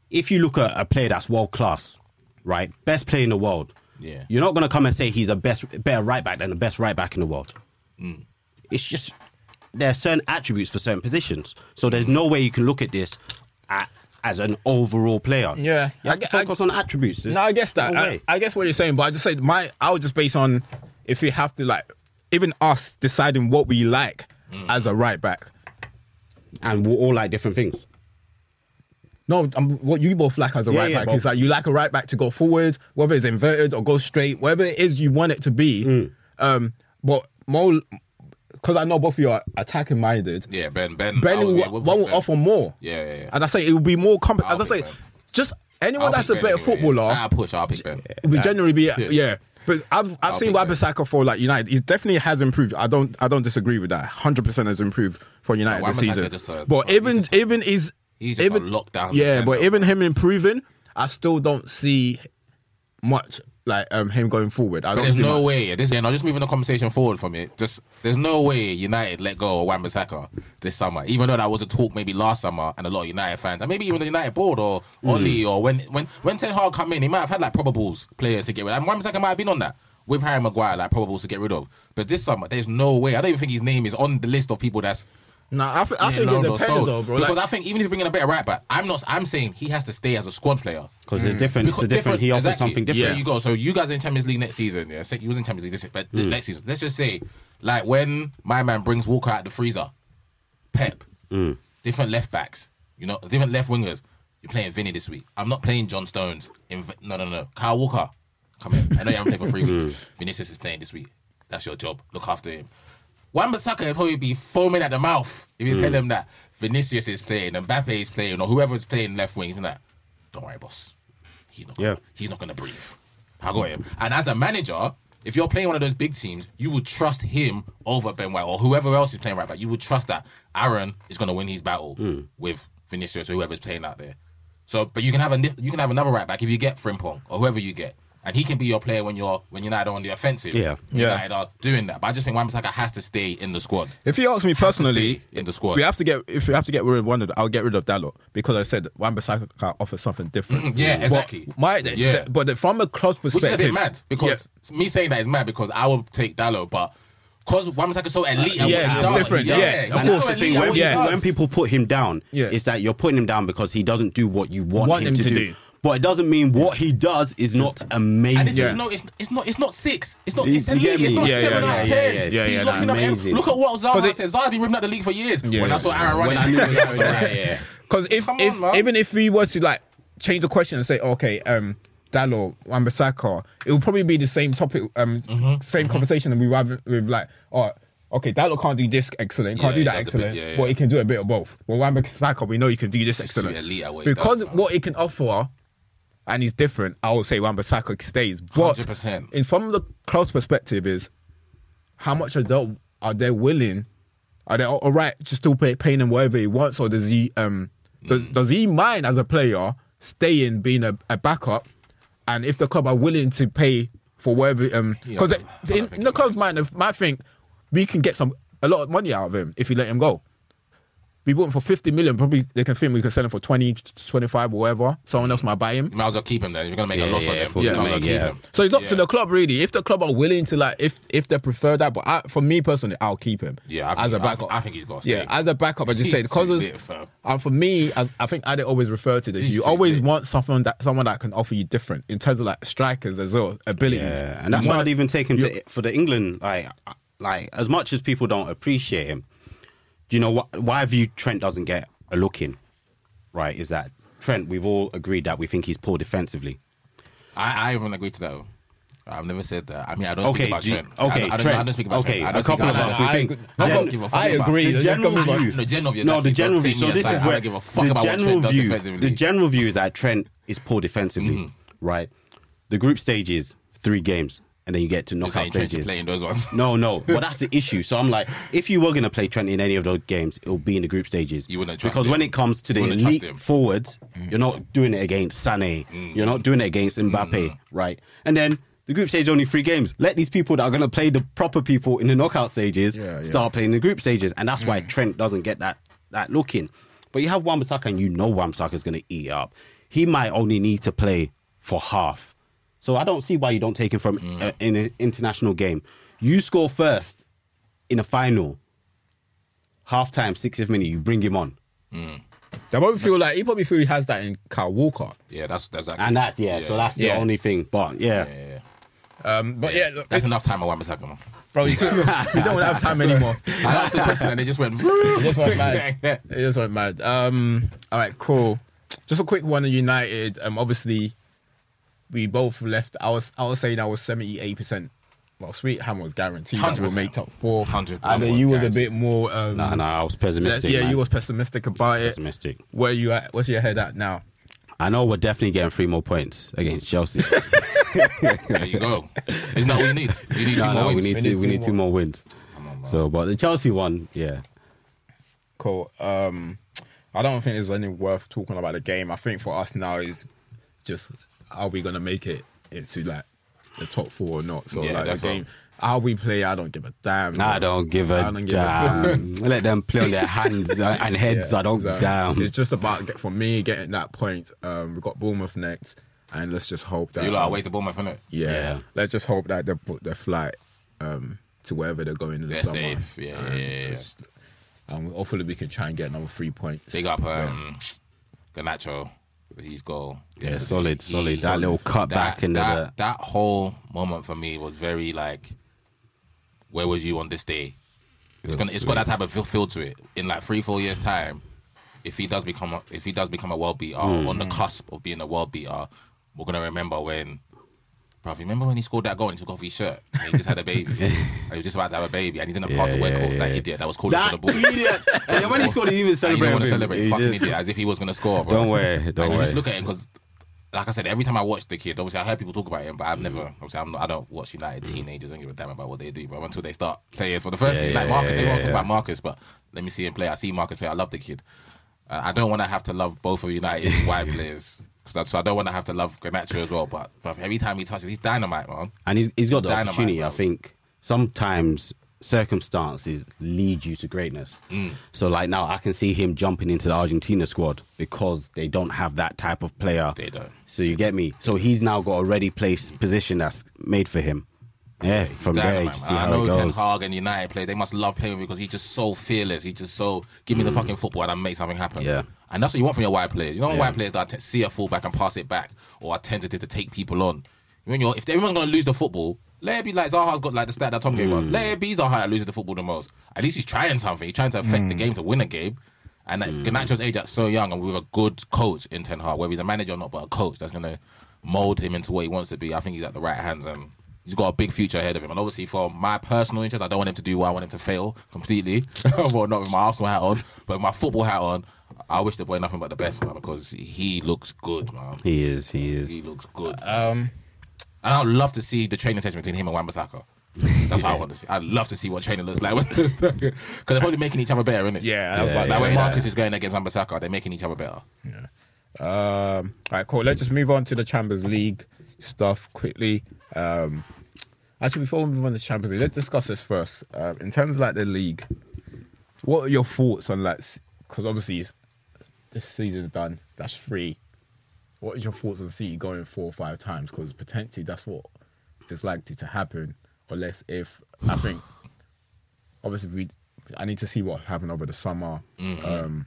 If you look at a player that's world class, right, best player in the world, Yeah. you're not gonna come and say he's a best better right back than the best right back in the world. Mm. It's just there are certain attributes for certain positions, so there's no way you can look at this a- as an overall player. Yeah. you I have to get- I- focus on attributes. There's No, I guess that. no I, way. I guess what you're saying, but I just say my. I would just base on if you have to like even us deciding what we like Mm. as a right back. and we're all like different things. No, um, what you both like as a Yeah, right yeah, back but- is like you like a right back to go forward, whether it's inverted or go straight, whatever it is you want it to be. Mm. Um, but more because I know both of you are attacking minded. yeah, Ben, Ben, Ben I would- will, yeah, we'll one put will Ben. offer more. Yeah, yeah, yeah. And I say it will be more competent. I'll As I say, pick Ben. just anyone I'll that's a pick Ben better anyway, yeah. footballer I'll push. I'll pick Ben. would generally be yeah. Yeah. But I've I've I'll seen pick Ben. Wabasaka for like United. He definitely has improved. I don't I don't disagree with that. Hundred percent has improved for United Yeah, this Wan-Bissaka season. just a- but he's even just a- even is he's just uh, a even lockdown Yeah, defender, but even him improving, I still don't see much like um him going forward. I But don't there's see no much. way. This, yeah, no, just moving the conversation forward from it. Just there's no way United let go of Wan-Bissaka this summer. Even though that was a talk maybe last summer, and a lot of United fans, and maybe even the United board or Hmm. Oli or when when when Ten Hag come in, he might have had like probables players to get rid. of. And Wan-Bissaka might have been on that with Harry Maguire, like probables to get rid of. But this summer, there's no way. I don't even think his name is on the list of people that's. Nah, I, th- I being think it loaned or depends sold. though, bro. Because Like, I think even if you bring in a better right back, I'm not. I'm saying he has to stay as a squad player. Because Mm. it's different, it's a Because different. He offers exactly. something There different. you go. So you guys in Champions League next season. Yeah, say you was in Champions League this but Mm. next season. Mm. Let's just say, like when my man brings Walker out the freezer, Pep. different left backs. You know, different left wingers. You're playing Vinny this week. I'm not playing John Stones. In, Vi- no, no, no. Kyle Walker, come here. I know you haven't played for three Mm. weeks. Vinicius is playing this week. That's your job. Look after him. Wan Bissaka would probably be foaming at the mouth if you tell Mm. him that Vinicius is playing, Mbappe is playing, or whoever's playing left wing. Isn't that? Don't worry, boss. He's not. Gonna, Yeah. He's not going to breathe. I got him. And as a manager, if you're playing one of those big teams, you would trust him over Ben White or whoever else is playing right back. You would trust that Aaron is going to win his battle Hmm. with Vinicius or whoever's playing out there. So, but you can have a you can have another right back if you get Frimpong or whoever you get, and he can be your player when you're when United are on the offensive. Yeah. Yeah. United are doing that. But I just think Wan-Bissaka has to stay in the squad. If you ask me personally, stay in the squad. we have to get if we have to get rid of one of them, I'll get rid of Dalot because I said Wan Bissaka offers something different. Mm, yeah, But exactly. My, Yeah. th- but from a club's Which is perspective, a bit mad because me saying that is mad because I would take Dallo, but because Wan-Bissaka's so elite, Uh, and yeah, what he I'm does, different, yeah, yeah, of he's And course, that's so the elite thing. at When, what he yeah. people- does. when people put him down, Yeah. it's that you're putting him down because he doesn't do what you want, him, to, do. But it doesn't mean what he does is not And this amazing. Yeah. is no, it's, it's not, it's not six. It's not, You- it's you get elite. It's me? not Yeah, seven yeah, out of yeah, ten. yeah, yeah, He's yeah, yeah, locking up every- amazing. Look at what But Zaha it- said. Zaha been ripping up the league for years. Yeah, when I yeah, saw Aaron When running, I knew it, yeah, yeah, right. yeah. Because if, Come on, if man. even if we were to like change the question and say, okay, um, Dallo, Wan-Bissaka, it would probably be the same topic, um, Mm-hmm. same conversation that we have with like, oh, okay, Dallo can't do this excellent, can't Yeah, do he that does a bit, excellent, yeah, yeah. but he can do a bit of both. Well, Wan-Bissaka, we know you can do this excellent elite at what he because does, man. what he can offer. And he's different. I would say Wan-Bissaka stays, but 100%. in from the club's perspective, is how much are they, are they willing? Are they all all right to still pay, paying him whatever he wants, or does he um does, Mm. does he mind as a player staying being a, a backup? And if the club are willing to pay for whatever um Yeah, because I don't in, think in he the club's mind, if- might think we can get some a lot of money out of him if you let him go. We bought him for 50 million. Probably they can think we can sell him for 20, 25 or whatever. Someone else might buy him. Might as well keep him then. If you're gonna make Yeah, a loss yeah, on him, fuck yeah, it, might as well mate, keep yeah. him. So it's up to Yeah. the club really. If the club are willing to like, if if they prefer that, but I, for me personally, I'll keep him. Yeah, I as think- a I backup, think- I think he's gotta stay. Yeah, as a backup, I just say He's because too it's- lit, fam. and for me, as I think Ade always refer to this, He's you too always lit. want someone that someone that can offer you different in terms of like strikers as well abilities. Yeah, and that's You why wanna- I'd even take him to for the England. Like, like as much as people don't appreciate him, do you know what? Why have you Trent doesn't get a look in? Right, is that Trent? We've all agreed that we think he's poor defensively. I, I even agree to that. though. I've never said that. I mean, I don't Okay, speak about do you- Trent. I don't- okay, I don't, I Trent. don't speak about Okay, Trent. I a don't couple speak of about us, Trent. we I think- don't- I don't Gen- give a fuck I about- agree. The let's come general with that. view. No, general view. No, exactly. the general Don't view. take me So this aside. is I where don't give a fuck the about what general Trent does view. defensively. Mm-hmm. The general view is that Trent is poor defensively, right? The group stage is three games, and then you get to Just knockout ain't Trent should stages. play in those ones. No, no, but that's the issue. So I'm like, if you were going to play Trent in any of those games, it'll be in the group stages. You wouldn't trust because when him. it comes to You the wouldn't trust him. elite forwards, you're not doing it against Sané. Mm. You're not doing it against Mbappe, right? And then the group stage is only three games. Let these people that are going to play the proper people in the knockout stages Yeah, Mm. yeah. start playing the group stages, and that's why Trent doesn't get that that look in. But you have Wan-Bissaka, and you know Wan-Bissaka is going to eat up. He might only need to play for half. So I don't see why you don't take him from Mm. uh, in an international game. You score first in a final, half time, 60th minute, you bring him on. They probably feel like he probably feel he has that in Kyle Walker. Yeah, that's that's exactly. And that's, yeah, so that's Yeah. the only thing. But yeah, yeah, yeah. Um, but yeah, look, That's enough time on Wan-Bissaka, man. bro, you, took, you don't have time anymore. I asked the question and they just went. It just went mad. It just went mad. Um, all right, cool. Just a quick one on United. Um, obviously, we both left. I was I was saying I was seventy eight percent. Well, Sweet Ham was guaranteed that we'll 100%. make top four. 100% And then was you was a guaranteed. bit more. Um, no, no, I was less- pessimistic. yeah, man. you was pessimistic about it. pessimistic. Where you at? What's your head at now? I know we're definitely getting three more points against Chelsea. There you go. Isn't that what you need? You need two no, more no, we wins. need, two, we need two more wins. So, but the Chelsea one, yeah. Cool. Um, I don't think there's any worth talking about the game. I think for us now is just are we gonna make it into like the top four or not? So Yeah, like the definitely. game, how we play, I don't give a damn. I don't give a I don't give a- damn. Let them play on their hands uh, and heads. Yeah, I don't so damn. It's just about get- for me getting that point. Um, we got Bournemouth next, and let's just hope that um, You lot are way to Bournemouth, innit? Yeah, Yeah. let's just hope that they book their flight um, to wherever they're going in the They're summer. safe. Yeah, and yeah, yeah, yeah. just- and hopefully we can try and get another three points. Big up um, Ganacho. He's goal. Yeah, yesterday. solid, He- solid. That little cut back and that, the- that whole moment for me was very like, where was you on this day? It's gonna, it's got that type of feel, feel to it. In like three, four years time, if he does become a, if he does become a world beater Hmm. or on the cusp of being a world beater, we're gonna remember when. Bruv, remember when he scored that goal and he took off his shirt? And he just had a baby. and he was just about to have a baby, and he's in the past the yeah, coach, that yeah. idiot that was calling for That the ball. idiot. and then when he scored, he didn't even And you celebrate. don't want to with him. celebrate, He fucking just- idiot, as if he was gonna score. Bro. Don't worry. And Don't you just worry. look at him because, like I said, every time I watch the kid, obviously I heard people talk about him, but I've never, obviously I'm not, I don't watch United teenagers. I don't give a damn about what they do, bro. Until they start playing for the first Mm. Yeah, team, like yeah, Marcus, yeah, everyone yeah, talk yeah. about Marcus, but let me see him play. I see Marcus play. I love the kid. Uh, I don't want to have to love both of United's wide players. 'Cause I, so I don't want to have to love Garnacho as well. But bruv, every time he touches, he's dynamite, man. And he's, he's got the dynamite, opportunity. I bro. think sometimes circumstances lead you to greatness. Mm. So like now, I can see him jumping into the Argentina squad because they don't have that type of player. They don't. So you get me. So he's now got a ready place position that's made for him. Yeah, He's from there you dynamite, see man. I how know it Ten goes. Hag and United players, they must love playing with him because he's just so fearless. He's just so give me the fucking football and I make something happen. Mm. Yeah. And that's what you want from your wide players. You don't want Yeah. wide players that are t- see a fullback and pass it back or are tentative to take people on. When you're, if everyone's going to lose the football, let it be like Zaha's got like the stat that Tom gave Mm. us. Let it be Zaha that loses the football the most. At least he's trying something. He's trying to affect Mm. the game to win a game. And at Ganacho's age, that's so young, and with a good coach in Ten Hag, whether he's a manager or not, but a coach that's going to mold him into what he wants to be. I think he's at the right hands, and he's got a big future ahead of him. And obviously, for my personal interest, I don't want him to do what I want him to fail completely. well, not with my Arsenal hat on, but with my football hat on, I wish the boy nothing but the best, man, because he looks good, man. He is. He is. He looks good. Um, And I'd love to see the training session between him and Wambasaka. That's what I want to see. I'd love to see what training looks like. Because they're probably making each other better, isn't it? Yeah, I was about Like to when say Marcus is going against Wambasaka, they're making each other better. Um, all right, cool. Let's just move on to the Champions League stuff quickly. Um, actually, before we move on to Champions League, let's discuss this first. Um, in terms of like the league, what are your thoughts on like? Because obviously, it's- this season's done. That's three. What is your thoughts on City going four or five times? Because potentially that's what is likely to happen, unless if I think obviously we. I need to see what happened over the summer. Um,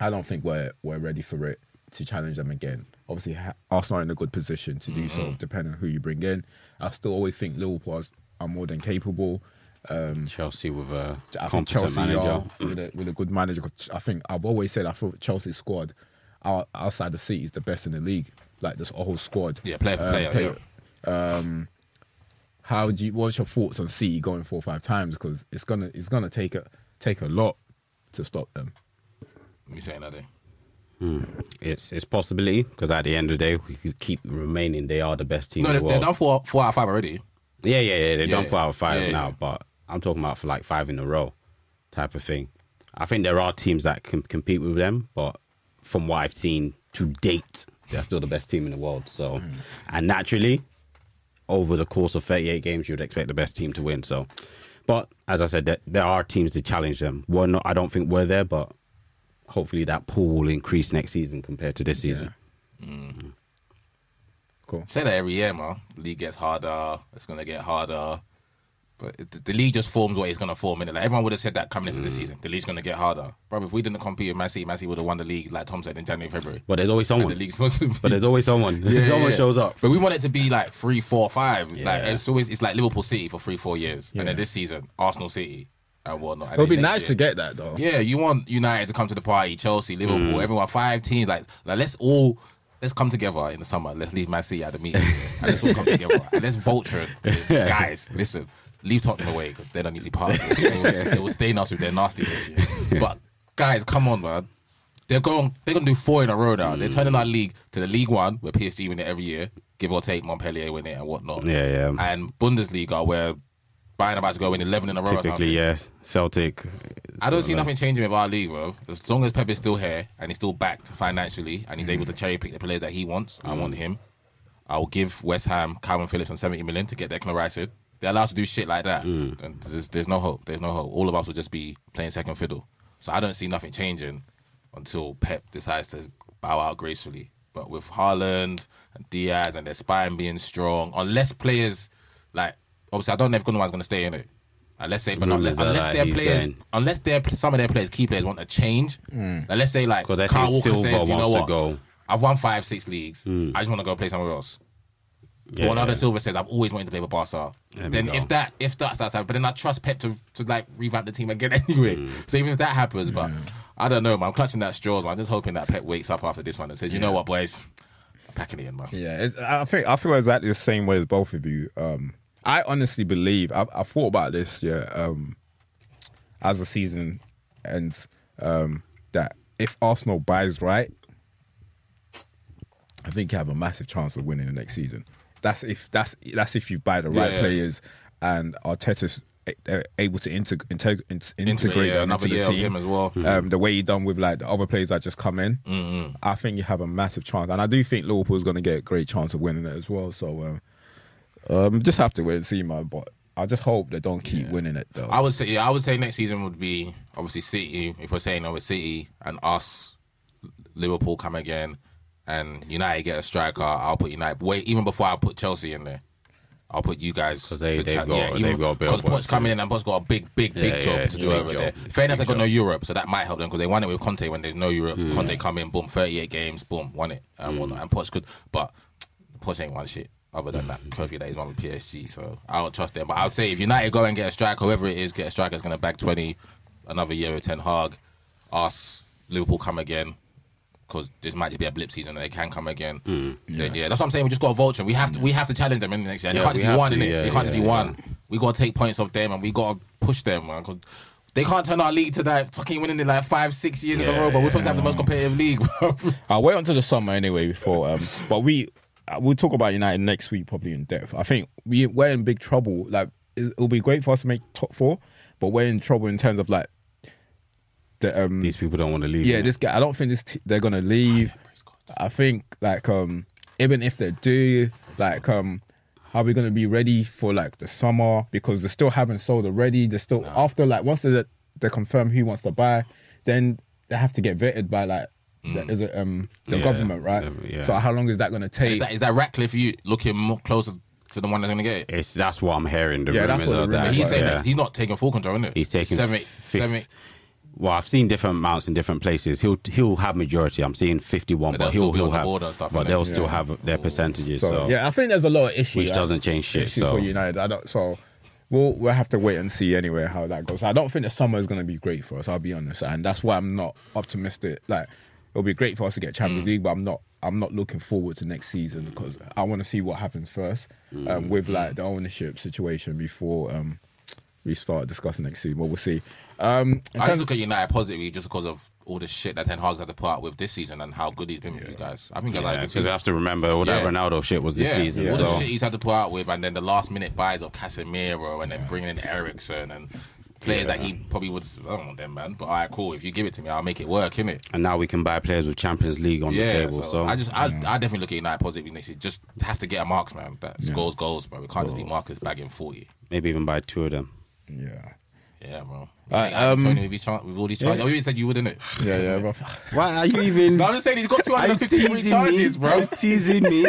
I don't think we're we're ready for it to challenge them again. Obviously, ha- Arsenal are in a good position to do so, depending on who you bring in. I still always think Liverpool are- are more than capable. Chelsea with a I think competent Chelsea manager. are with a, with a good manager. 'Cause I think I've always said I thought Chelsea squad out- outside the city is the best in the league. Like this whole squad. Yeah, player for Um, player, yeah. How do you? What's your thoughts on City going four or five times? Because it's gonna it's gonna take a take a lot to stop them. Let me say another thing. It's it's possibility because at the end of the day, we could keep remaining. They are the best team No, in they, the they've world. done four, four out of five already. Yeah, yeah, yeah. They've Yeah, done four out of five yeah, now, yeah. but I'm talking about for like five in a row type of thing. I think there are teams that can compete with them, but from what I've seen to date, they're still the best team in the world. So, Hmm. and naturally, over the course of 38 games, you'd expect the best team to win. So, but as I said, there, there are teams to challenge them. We're not, I don't think we're there, but hopefully that pool will increase next season compared to this season. Cool. Say that every year, man. League gets harder. It's gonna get harder. But it, the- the league just forms what it's gonna form. Innit? Like everyone would have said that coming into this season, the league's gonna get harder, bro. If we didn't compete with Man City, Man City would have won the league, like Tom said, in January, February. But there's always Like, the someone. league's supposed to be. But there's always someone. someone yeah. shows up. But we want it to be like three, four, five. Like Yeah. it's always it's like Liverpool City for three, four years, and then Yeah. this season Arsenal City and whatnot. It would be nice to get that though. Yeah, you want United to come to the party, Chelsea, Liverpool, Mm. everyone, five teams. Like, like let's all let's come together in the summer. Let's leave Man City at the meeting, and let's all come together and let's vulture. it. Guys, listen, leave Tottenham away 'cause they don't usually party. they, will, they will stain us with their nastiness. Yeah. But guys, come on, man. They're going. They're going to do four in a row now. They're turning Mm. our league to the League One, where PSG win it every year, give or take. Montpellier win it and whatnot. Yeah, yeah. And Bundesliga, where Bayern about to go win eleven in a row. or something. Typically, yes. Celtic. I don't see nothing changing with our league, bro. As long as Pep is still here and he's still backed financially and he's able to cherry pick the players that he wants, I want him. I'll give West Ham Calvin Phillips and 70 million to get Declan Rice in. They're allowed to do shit like that. Hmm. And there's, there's no hope. There's no hope. All of us will just be playing second fiddle. So I don't see nothing changing until Pep decides to bow out gracefully. But with Haaland and Diaz and their spine being strong, unless players like obviously I don't know if Gundogan's going to stay in it. Unless say, but Rumours unless, are unless that their he's players, going. unless their some of their players, key players, want to change. Like let's say like 'Cause let's Kyle say Walker Silva says, you know wants to what, go. Hmm. I've won five, six leagues. I just want to go play somewhere else. Yeah, Bernardo yeah. Silva says, "I've always wanted to play for Barca." There we then go. if that if that's outside, but then I trust Pep to, to like revamp the team again anyway. Hmm. So even if that happens, but Hmm. I don't know, man. I'm clutching that straws, man. I'm just hoping that Pep wakes up after this one and says, "You know what, boys, I'm packing it in, man." Yeah, it's, I think I feel exactly the same way as both of you. Um, I honestly believe I, I thought about this, yeah, um, as the season ends, um, that if Arsenal buys right, I think you have a massive chance of winning the next season. That's if that's that's if you buy the right Yeah. players and Arteta's a- they're able to integ- integ- int- Into- integrate yeah, them another into the year team of him as well. Hmm. um, the way you done with like the other players that just come in, I think you have a massive chance, and I do think Liverpool's going to get a great chance of winning it as well. So um, um, just have to wait and see, man. But I just hope they don't keep winning it though. I would say, yeah, I would say next season would be obviously City. If we're saying over City and us, Liverpool come again, and United get a striker. I'll put United. Wait, even before I put Chelsea in there, I'll put you guys. 'Cause they- to they've chat- got- they've even- got a bit of work Poch to coming do. in and Poch got a big, big, Yeah, big job yeah, to do big over job. there. It's Fair a enough, they big got no job. Hmm. Europe, so that might help them because they won it with Conte when there's no Europe. Conte come in, boom, 38 games, boom, won it and whatnot. And Poch could, but Poch ain't won shit other than that Hmm. trophy that he's won with PSG. So I don't trust them. But I would say if United go and get a striker, whoever it is, get a striker, is going to back 20, another year with Ten Hag. Us, Liverpool come again. Because this might just be a blip season, and they can come again. Hmm. Then, yeah. that's what I'm saying. We just got a vulture. We have to, we have to challenge them in the next year. Yeah, they can't we just be have one to, in it. yeah, they can't just yeah, be yeah. one. We gotta take points off them, and we gotta push them, man. 'cause they can't turn our league to that fucking winning it like five, six years in a Yeah, row. But yeah. we're supposed to have the most competitive league. bro. I'll wait until the summer anyway before. Um, but we uh, we'll talk about United next week probably in depth. I think we we're in big trouble. Like it- it'll be great for us to make top four, but we're in trouble in terms of like the um These people don't want to leave. yeah, innit? this guy. I don't think this t- they're gonna leave. I think like um even if they do, like um, are we gonna be ready for like the summer because they still haven't sold already. They still after like once they they confirm who wants to buy, then they have to get vetted by like the, is it um the Mm. Yeah. government right? Um, yeah. So how long is that gonna is take? that, is that Ratcliffe? You looking more closer to the one that's gonna get it? It's that's what I'm hearing. The Yeah, that's rumors what the are rumours that. But he's right, saying yeah. that he's not taking full control, is it? He's taking seven, fifth. seven. Well, I've seen different amounts in different places. He'll he'll have majority. I'm seeing 51, But but, they'll he'll still be he'll on the have, border and stuff, but innit? they'll still Yeah. have their percentages. So, So, yeah, I think there's a lot of issues Which doesn't change shit, Issue so- for United, I don't. So we'll we'll have to wait and see anyway how that goes. I don't think the summer is going to be great for us. I'll be honest, and that's why I'm not optimistic. Like it'll be great for us to get Champions League, but I'm not. I'm not looking forward to next season because I want to see what happens first Mm. um, with like the ownership situation before um, we start discussing next season. But we'll see. Um, in I terms just look at United positively just because of all the shit that Ten Hag's had to put up with this season and how good he's been with you guys. I think I like Yeah, good because I season. have to remember all that Yeah. Ronaldo shit was this season. All So the shit he's had to put out with, and then the last minute buys of Casemiro, and then bringing in Ericsson and players that he probably would. I don't want them, man. But all right, cool. If you give it to me, I'll make it work, innit? and now we can buy players with Champions League on Yeah. the table. so So, Mm. I just, I, I definitely look at United positively next year. Just have to get a marks, man. That scores goals, bro. We can't just be markers bagging forty. maybe even buy two of them. of yeah, Yeah, All bro. right, um, Tony, with, his chan- with all these charges. Oh, you said you would, innit? yeah, yeah. But Why are you even? No, I'm just saying he's got 250 charges, bro. teasing me.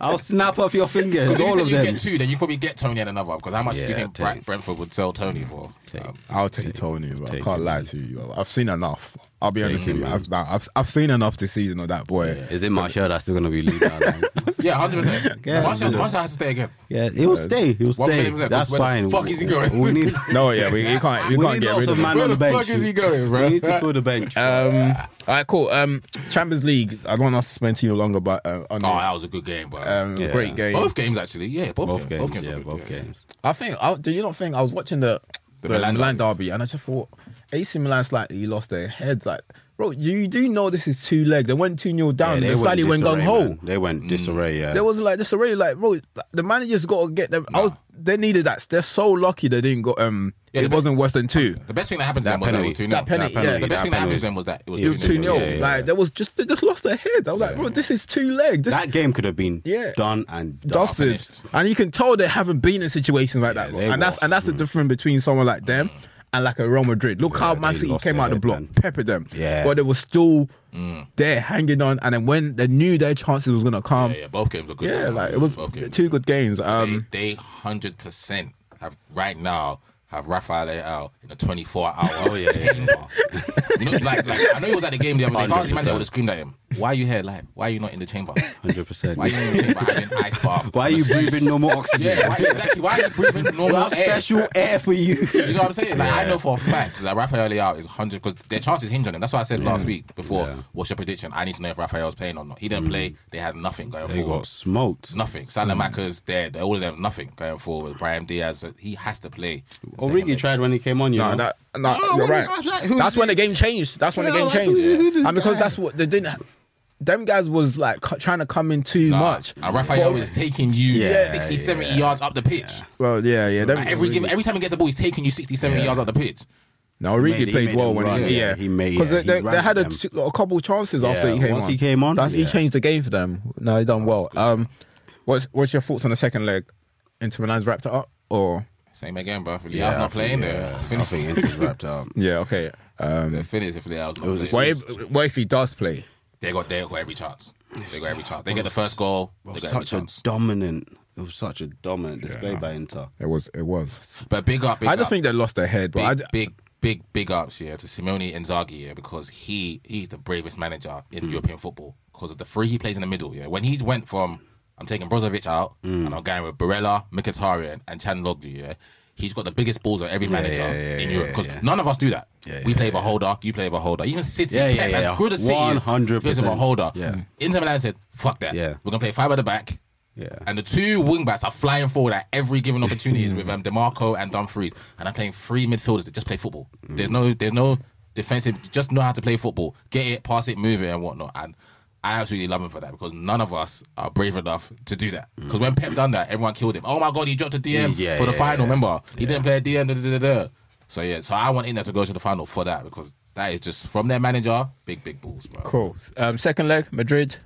I'll snap off your fingers, Because if you said you get two, then you probably get Tony and another. Because how much do you Yeah, think take- Brent- Brentford would sell Tony for? Um, I'll take Tony, but I take can't him, lie to you. I've seen enough. I'll be honest him, with you. man. I've, nah, I've I've seen enough this season of that boy. Is it my shirt that's still gonna be leaving? yeah, hundred percent. Yeah, Marshall, yeah. Marshall has to stay again. yeah, he'll Uh, stay. He'll One stay. million percent. That's Where the fine. fuck is he going? We need. No, yeah, we you can't you we can't need get lots rid of of him. man on the Where the bench. fuck is he going, bro? We need to fill the bench. Um, all right, cool. Um, Champions League. I don't want us to spend too long about uh, on Oh, it. that was a good game, bro. Um, it was a Yeah. great game. both games actually, yeah, both, both games, games, both games, yeah, were good, both games. I think. I, do you not think I was watching the the, The Milan Milan derby and I just thought AC Milan slightly lost their heads. Like, bro, you do know this is two leg. They went two 0 down. Yeah, Oh, they, slightly went gung disarray, ho. man. They went Mm. disarray. Yeah, There was like this already. Like, bro, the managers got to get them. I was, they needed that. They're so lucky they didn't go. Um, Yeah, it the- wasn't worse than two. The best thing that happened to them was that it was two 0 That penalty, yeah. The That best thing that happened to penalty. them was that it was It It two was two 0 Yeah, yeah. Like, there was just they just lost their head. I was like, bro, this is two leg. This that game could have been Yeah. done and done. dusted, finished. and you can tell they haven't been in situations like Yeah, that, bro. they and that's lost. and that's the difference between someone like them and like a Real Madrid. Look how they Man City lost came their out the head, block, man. peppered them, Yeah. Mm. but they were still there hanging on. And then when they knew their chances was gonna come, Yeah, yeah, both games were good. yeah, though, like man. it was both games. two good games. Um, they hundred percent have right now have Rafael Leao in a twenty four hour. Oh yeah, you know, like, like I know he was at the game the other day. If I was his manager, I would have screamed at him. Why are you here live? Why are you not in the chamber? Hundred percent. Why are you in the chamber having ice bath? Why are you breathing normal oxygen? Yeah, why, exactly. Why are you breathing We normal have air? special air for you. You know what I'm saying? Like, I know for a fact that Rafael Leao is 100 because their chances hinge on him. That's why I said last week before, Yeah. Mm. what's your prediction? I need to know if Rafael's playing or not. He didn't play. They had nothing going They forward. got Mm. smoked. Nothing. Salamaka's there. They're all of them nothing going forward. Brian Diaz, he has to play. Origi tried when he came on. You No, know? that no, Oh, you're what right. is- I was like, who that's is when the this? game changed. That's when the Yeah, game like, changed. who- who this and because guy? that's what they didn't. Them guys was like cu- trying to come in too Nah. much. And Rafael is taking you Yeah, 60, yeah. 70 yards up the pitch. Well, yeah, yeah. Them, Like, every give, every time he gets the ball, he's taking you 60, 70 yards up the pitch. no, He made- Origi he played made well them when run, he, yeah. yeah. He made- 'Cause yeah, they, he they, ran they had a, them. t- a couple chances after Yeah, he came once on. he came on, that's, yeah. he changed the game for them. No, he done well. Um, what's what's your thoughts on the second leg? Inter Milan's wrapped it up, or Same again, bro. If Leao's I not think, playing yeah, there, I finished. think Inter's wrapped up. yeah, okay. Um, They're finished if Leao's not what playing. if, what if he does play? They got, they got every chance. They got every chance. They get the first goal, Well, they got every such a chance. dominant. It was such a dominant display by Inter. It was it was. But big up, big I just up. think they lost their head, but I big, d big, big, big ups here to Simone Inzaghi here because he he's the bravest manager in European football because of the three he plays in the middle. Yeah, when he's went from I'm taking Brozovic out and I'm going with Barella, Mkhitaryan, and Chanloglu. Yeah, he's got the biggest balls of every manager yeah, yeah, in yeah, Europe because yeah. none of us do that. Yeah, we yeah, play with a holder, you play with a holder. Even City, Yeah, yeah, yeah, yeah, yeah. as good as City, is, he plays with a 100%. holder. Yeah. Inter Milan said, "Fuck that. Yeah. We're gonna play five at the back." Yeah. And the two wing backs are flying forward at every given opportunity with um, Demarco and Dumfries. And I'm playing three midfielders that just play football. There's no there's no defensive just know how to play football. Get it, pass it, move it and whatnot. And I absolutely love him for that because none of us are brave enough to do that. Because when Pep done that, everyone killed him. Oh my god, he dropped a DM Yeah, for the yeah, final, yeah. remember? He didn't play a DM. Da, da, da, da. So yeah, so I want Inter to go to the final for that because that is just from their manager, big big balls, bro. Cool. Um, second leg, Madrid.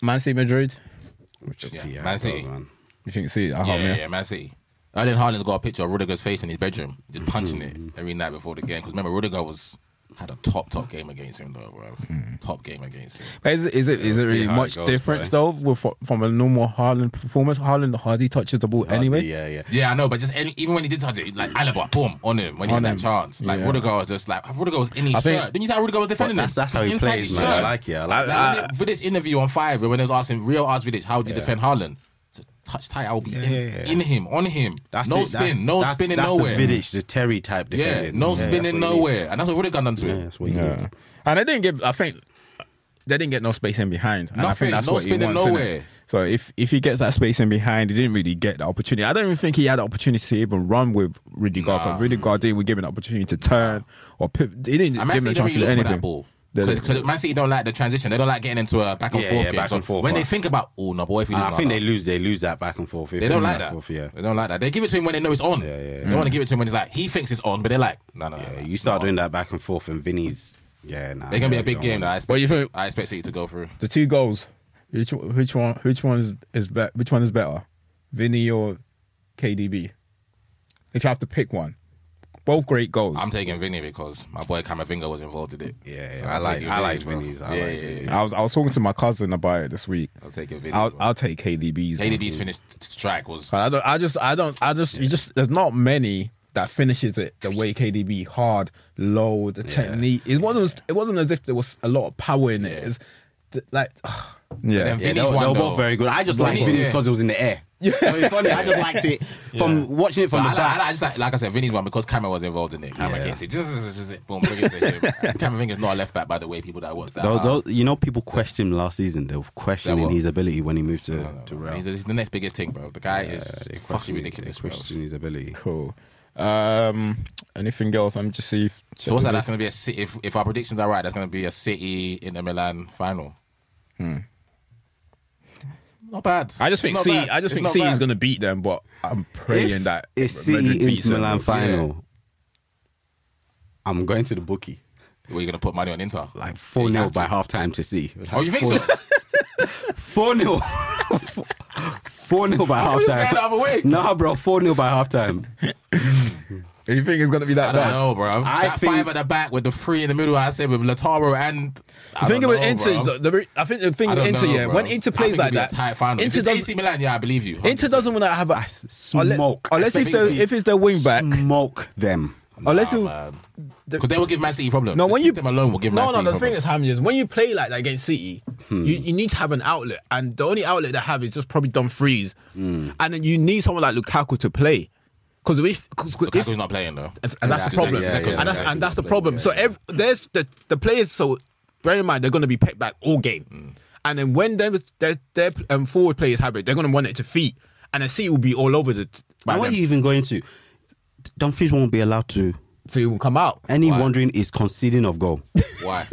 Man City, Madrid. Just Yeah, see how Man it City. goes, man. You think see? I Oh, Yeah, hope, yeah, yeah, Man City. Erling Haaland's got a picture of Rudiger's face in his bedroom, just punching it every night before the game. Because remember, Rudiger was had a top top game against him though, bro. Hmm. Top game against him. Is it is it is it see really how it much goes, difference though with, from a normal Haaland performance? Haaland hardly touches the ball anyway. yeah, yeah. Yeah, I know, but just any, even when he did touch it, Hmm. like Alaba, boom, on him when he On had him. that chance. Like Yeah. Rudiger was just like Rudiger was in his I think- shirt. Didn't you see how Rudiger was defending That's, him? that's how Just he inside plays, his man. shirt. I like it. I like that. Like, when they- for this interview on Five, when they was asking real asked Vidic, how do you defend Haaland? So touch tight, I will be in, yeah, yeah. in him, on him. That's no it. spin, That's- no that's, spinning that's nowhere. The Vidic, the Terry type defending. yeah, no that's what spinning he nowhere, and that's what Rudiger done to did. him. Yeah, that's what he did. Yeah. And they didn't give. I think they didn't get no space in behind. And I Nothing, think that's no what he spinning wants. nowhere. innit? So if if he gets that space in behind, he didn't really get the opportunity. I don't even think he had the opportunity to even run with Rudiger. Because Rudiger didn't even give him an opportunity to turn or pivot. He didn't And give Man him a City don't chance really to do look for anything. that ball. They- Because Man City don't like the transition. They don't like getting into a back and Yeah, forth yeah, game. back So and forth, when they right. think about, oh no, boy, if we I lose, think no, they no. lose. They lose that back and forth. If They don't it's like back that. and forth, yeah. They don't like that. They give it to him when they know it's on. Yeah, yeah, They want to give it to him when he's like, he thinks it's on, but they're like, no, no, no. Yeah, no, you start no. doing that back and forth, and Vinny's. Yeah, nah, They're gonna be yeah, a big you game. don't That I want expect. What do you think? I expect City to go through. the two goals. Which which one which one is, is be- which one is better, Vinny or KDB? If you have to pick one, both great goals. I'm taking Vinny because my boy Camavinga was involved in it. Yeah, yeah, So I I'm like- taking I like bro. Vinny's. I yeah, like yeah, Vinny's. yeah. I was I was talking to my cousin about it this week. I'll take Vinny. I'll bro. I'll take KDB's. one. KDB's finished strike was I don't. I just. I don't. I just. You just. There's not many that finishes it the way KDB hard, low, the technique. It wasn't. It wasn't as if there was a lot of power in it. Yeah. It's th- like, And yeah. then Yeah, they Vinny's were, they one, were though. both very good. I just liked Vinny's, Vinny's yeah. because it was in the air. Yeah. So it's funny. I just liked it from watching it from But the I, back. li- I just like, like I said, Vinny's one because Cameron was involved in it. Cameron Yeah. gets it. This is it. Boom, bring it to him. Cameron Vinga's not a left back, by the way, people that watch that. Those, are- those, you know, people questioned him last season. They were That questioning what? his ability when he moved to, to And Real. he's, he's the next biggest thing, bro. The guy is they fucking questioned his- ridiculous, they bro. questioned his ability. Cool. Um. Anything else? I'm just see. If So what's that? That's gonna be a city. If, if our predictions are right, that's gonna be a city in the Milan final. Hmm. Not bad. I just think It's C. not bad. I just It's think not C is bad. gonna beat them, but I'm praying If that it's Madrid City beats Inter them. Milan final, I'm going to the bookie. Well, you're gonna put money on Inter. Like 4 You 0 have by half time to see. Oh, you think so? 4 0. 4 0 by half was going the time. other way. Nah, bro, 4 0 by half time. You think it's gonna be I that don't bad? know, bro. I that think- five at the back with the three in the middle. I said with Lataro and. I I think don't with know, Inter, bro. the, the, I think the thing I with don't Inter, know, yeah, bro. when Inter I plays think like it'll be a that, tight final. Inter Inter doesn't- AC Milan, yeah, I believe you. Inter doesn't want to have a smoke. Unless, unless if Especially- they if it's their wing back, Smoke them. Unless you- the- because they will give Man City problems. No, The when you- system alone will give Man No, City no. The thing is, problems. Hamid, is when you play like that against City, Hmm. you, you need to have an outlet, and the only outlet they have is just probably Dumfries, freeze, Hmm. and then you need someone like Lukaku to play, because if, cause, if Lukaku's not playing though. and, and that's the Exactly, problem, yeah, yeah, and that's exactly. and that's the problem. so ev- there's the the players. So bear in mind they're going to be picked back all game, Mm. and then when their their their um, forward players have it, they're going to want it to feet, and the City will be all over the. By Why are them. you even going to? Dumfries won't be allowed to. so it will come out. Any wondering is conceding of goal. Why?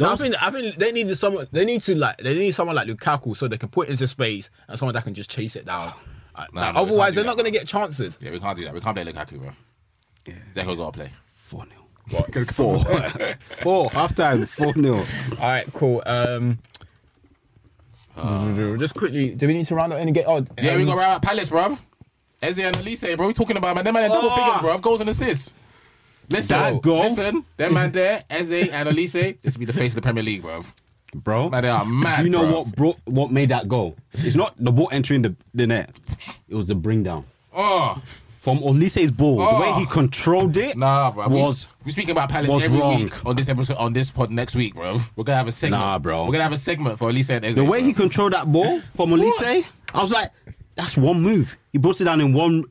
I think I think they need someone. They need to like they need someone like Lukaku so they can put into space and someone that can just chase it down. Uh, Nah, like, no, we otherwise, can't do they're that. not going to get chances. Yeah, we can't do that. We can't play Lukaku, bro. Yeah. Zeko got to play. Four 0 Four. Four. Half time. Four 0 All right, cool. Um, just quickly, do we need to round up and get? Oh, Uh. Yeah, we um, got right at Palace, bro. Eze and Elise, bro. We talking about man. Them man, they're double figures, bro. Goals and assists. Listen, Oh. That goal- listen, them man there, Eze and Elise, this will be the face of the Premier League, bro. bro. Man, they are mad, Do you know bruv. what brought what made that goal? It's not the ball entering the, the net. It was the bring down Oh, from Olise's ball. The way he Oh. controlled it nah, bro. was we, we speaking about Palace was every wrong. week on this episode, on this pod next week, bro. We're gonna have a segment. Nah, bro. We're gonna have a segment for Elise and Eze. the way bro. he controlled that ball from Olise. I was like, that's one move. He brought it down in one.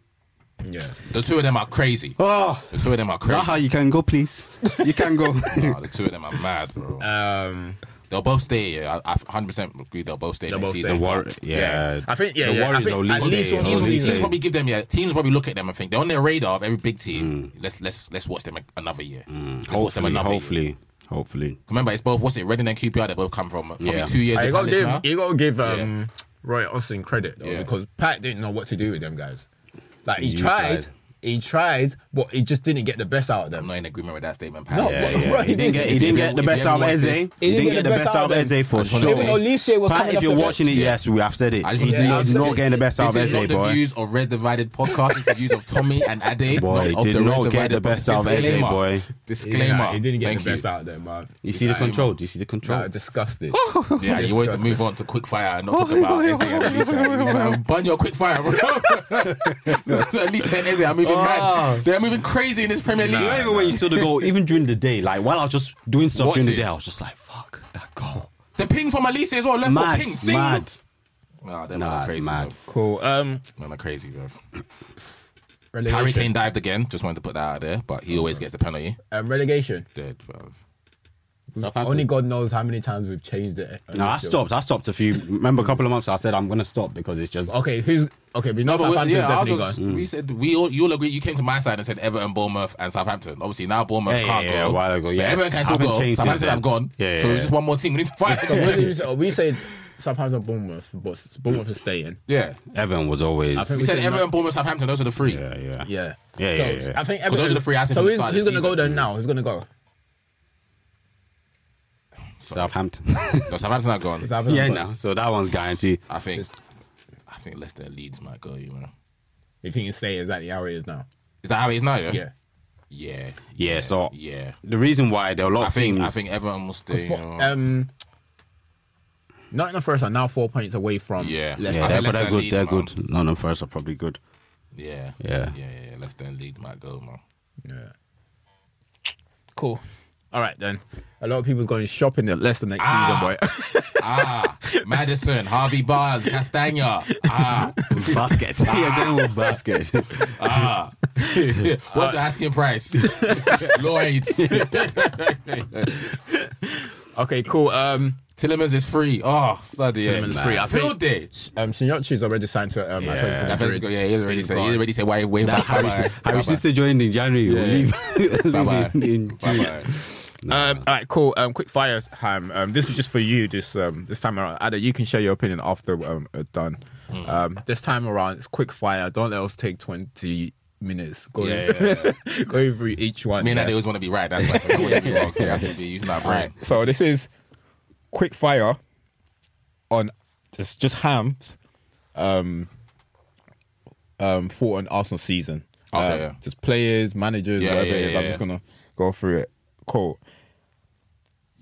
yeah. the two of them are crazy. Oh, The two of them are crazy. Zaha, you can go, please. You Uh. can go. Nah, the two of them are mad, bro. Um, they'll both stay. Yeah, I, I 100% agree. They'll both stay They'll next both season. stay. bro. yeah. I think yeah, The yeah. I Warriors, think at Olise, least Teams, Olise. one teams, season. teams probably give them yeah. Teams probably look at them and think they're on their radar of every big team. Let's let's let's watch them a- another year. Let's watch them Mm. Hopefully, another year. hopefully, hopefully. Remember, it's both what's it? Reading and QPR. They both come from probably Yeah. two years. Uh, you of got to Palace give now. you got to give um, Roy Austin credit though, Yeah. because Pat didn't know what to do with them guys. Like he You tried, tried. he tried, but he just didn't get the best out of I'm them. not in agreement with that statement. No, Pat. Yeah, Yeah, yeah. yeah. He didn't get. He didn't If you get the ever- if you best ever out of watch Eze. this- He didn't get the best out of Eze for Even sure. Olise was Pat, coming if off you're the bench. watching it, yes, we have said it. I just He's need to not- he's know- not getting the best out of This is Eze, not the boy. views of Red Divided podcast. It's the views of Tommy and Ade. Boy, not of did the Red not get Divided the best podcast. out of Eze, Disclaimer. boy. Disclaimer. Yeah, he didn't get Thank the best you. out of them, man. You see the control? Do you see the control? Nah, disgusted. Yeah, you wanted to Disgusting. move on to quick fire Oh, and not talk about Eze and Elisa. Man, Burn your quick fire, bro. so Elisa and Eze are moving Ah. mad. They're moving crazy in this Premier League. You know, even when you saw the goal, even during the day, like while I was just doing stuff Watch during the it. day, I was just like, "Fuck that goal!" The ping from Elisa as well. Left Mad, foot ping. Zing. mad. Nah, they're Nah, nah, it's crazy. mad. Mad. Cool. Um, They're crazy, bro. Harry relegation. Kane dived again. Just wanted to put that out there, but he always gets the penalty. Um, relegation. Dead, bro. Only God knows how many times we've changed uh, it. No, I stopped. I stopped a few. Remember, a couple of months I said I'm gonna stop because it's just. Okay, who's okay? We know No, but we- Southampton's yeah, I definitely was, gone. Mm. we said we all you all agree. You came to my side and said Everton, Bournemouth, and Southampton. Obviously now Bournemouth Yeah, yeah, can't yeah, go. a while ago, But yeah. Everton can still Haven't go. changed since Southampton then. have gone. Yeah, so yeah, there's just yeah. one more team we need to fight. So what did we say? Oh, We said Southampton and Bournemouth, but Bournemouth is staying. yeah, Evan was always. I think we said said Everton, Bournemouth, Southampton. Those are the three. Yeah, yeah, Yeah. Yeah, so yeah, yeah. I think those Everton, are the three assets So from the who's, start of who's the going to go there season. now? Who's going to go? Southampton. No, Southampton are gone. Southampton yeah, go. now so that one's guaranteed. I think. I think Leicester and Leeds might go. You know, You think it's staying exactly how it is now? is that how it is now? Yeah. Yeah. Yeah. Yeah, so Yeah. the reason why there are a lot I of think. things. I think Everton will stay. You know. Um, Nottingham Forest are now four points away from Yeah. Leicester. yeah, they're, I but think they're Leicester good. and they're Leeds, good. None of first are probably good. yeah. Yeah. Yeah. Yeah. Leicester and Leeds might go, man. Yeah. Cool. All right then. A lot of people going shopping at Leicester next Ah. season, boy. Ah, Madison, Harvey Barnes, Castagna. Ah, With baskets. yeah, going with baskets. ah. What's the asking price? Lloyd's. okay, cool. Um, Tillemans is free. Oh, bloody hell. Tillemans is free. I Field day. um, Sinyachi's already signed to um, Atletico Yeah, Madrid. yeah, he's already said. He's already said why he waved That back. Harry, Bye-bye. Harry Bye-bye. Sister joined in January. will Leave, leave Bye-bye. in, in June. Bye-bye. Um, all right, cool. Um, quick fire, Ham. Um, this is just for you this um, this time around. Ada, you can share your opinion after um, we're done. Hmm. Um, this time around, it's quick fire. Don't let us take twenty minutes going Yeah, yeah, going through each one. Me and yeah. I always want to be right. That's why I want to be wrong. So I have to be using my All brain. right, so this is quick fire on just just Ham's um um thought on Arsenal season. Okay, Uh, yeah. Just players, managers, Yeah, whatever yeah, it is. yeah, I'm yeah. just gonna go through it. Cool.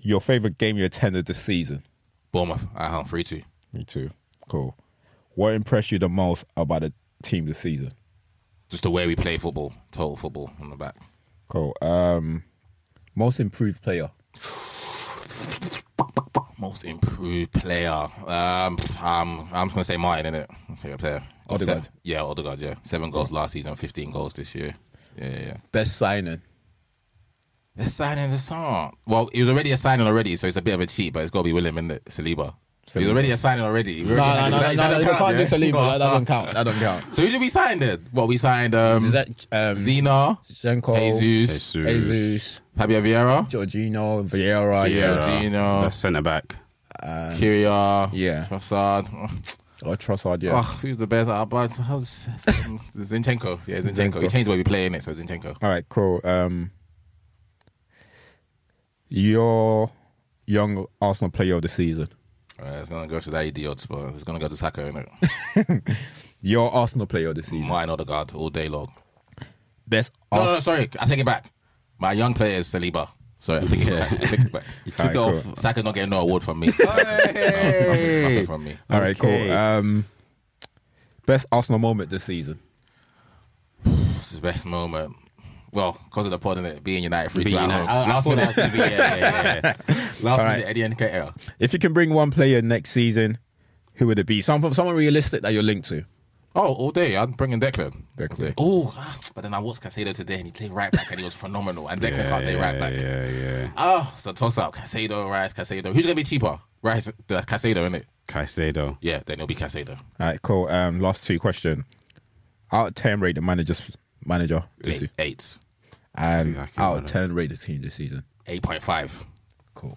Your favorite game you attended this season? Bournemouth at home, free two. Me too. Cool. What impressed you the most about the team this season? Just the way we play football, total football on the back. Cool. Um, most improved player. Most improved player. Um, um I'm just gonna say Martin in it. Favorite player. Got Odegaard. se- yeah, Odegaard. Yeah, seven goals last season, fifteen goals this year. Yeah, yeah. yeah. Best signing. They're signing the song. Well, he was already a signing already, so it's a bit of a cheat, but it's got to be William and Saliba. He was already a signing already. We No, no, no, already- no, that- no. that You don't can't count, do yeah? Saliba. That doesn't count. That doesn't count. So who did we sign then? Well, we signed um, Is that um, Zena, Zenko, Jesus, Jesus, Fabio Vieira, Jorginho, Vieira? Yeah, Jorginho. That's centre back. Kyria, Uh, yeah. uh, Trossard. or Trossard. Yeah. Oh, who's the best? Uh, but how's Zinchenko? Yeah, Zinchenko. He Zinchenko. changed the way we play in it, so Zinchenko. All right, cool. Um, your young Arsenal player of the season. Uh, it's gonna go to that idiot spot. It's gonna go to Saka in it. Your Arsenal player of the season. Martin Odegaard all day long. Best No, no, Arsenal. no, sorry, I take it back. My young player is Saliba. Sorry, I take it back. I take it back. Alright, off. cool. Saka not getting no award from me. nothing, nothing from me. All right, Okay. cool. Um, best Arsenal moment this season. This is the best moment. Well, because of the pod in it, being United free Being to at United. home. Last minute, yeah, yeah, yeah. Last Alright. minute, Eddie and KL. If you can bring one player next season, who would it be? Someone, someone realistic that you're linked to. Oh, all day. I'm bringing Declan. Declan. Oh, but then I watched Casado today and he played right back and he was phenomenal. And Declan can't play right back. Yeah, yeah. Oh, so toss up. Casado, Rice, Casado. Who's going to be cheaper? Rice, uh, Casado, innit? Caicedo. Yeah, then it'll be Casado. All right, cool. Um, last two question. Out of ten, rate the manager's manager this Eight. season, Eight. and I Um, can out of manage. ten, rate the team this season. 8.5. Cool.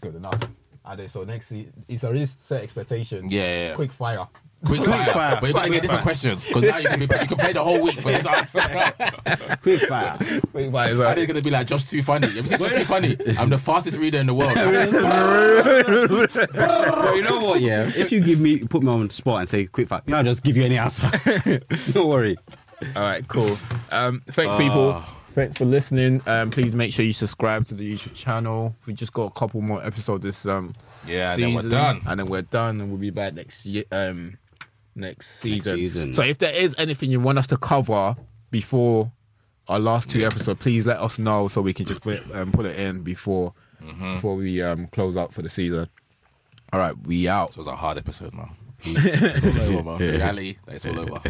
Good enough. And then, so next, se- it's already set expectation. Yeah, yeah, yeah. Quick fire. Quick fire. But you got to get different questions because now you can, be, you can play the whole week for this answer. Quick fire. Quick fire. I think it's going to be like Josh Too Funny. Have you seen Josh Too Funny? I'm the fastest reader in the world. Bro, you know what? Yeah, if you give me, put me on the spot and say quick fire, I'll just give you any answer. Don't worry. All right, cool. Um, Ah. thanks, people. Thanks for listening. Um, please make sure you subscribe to the YouTube channel. We just got a couple more episodes this um Yeah, and then we're done. and then we're done, and we'll be back next year um next season. season. So if there is anything you want us to cover before our last two episodes, please let us know so we can just put it, um, put it in before Mm-hmm. before we um close out for the season. All right, we out. It was a hard episode, man. It's all over, man. Reality, it's all over.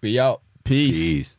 We out. Peace. Peace.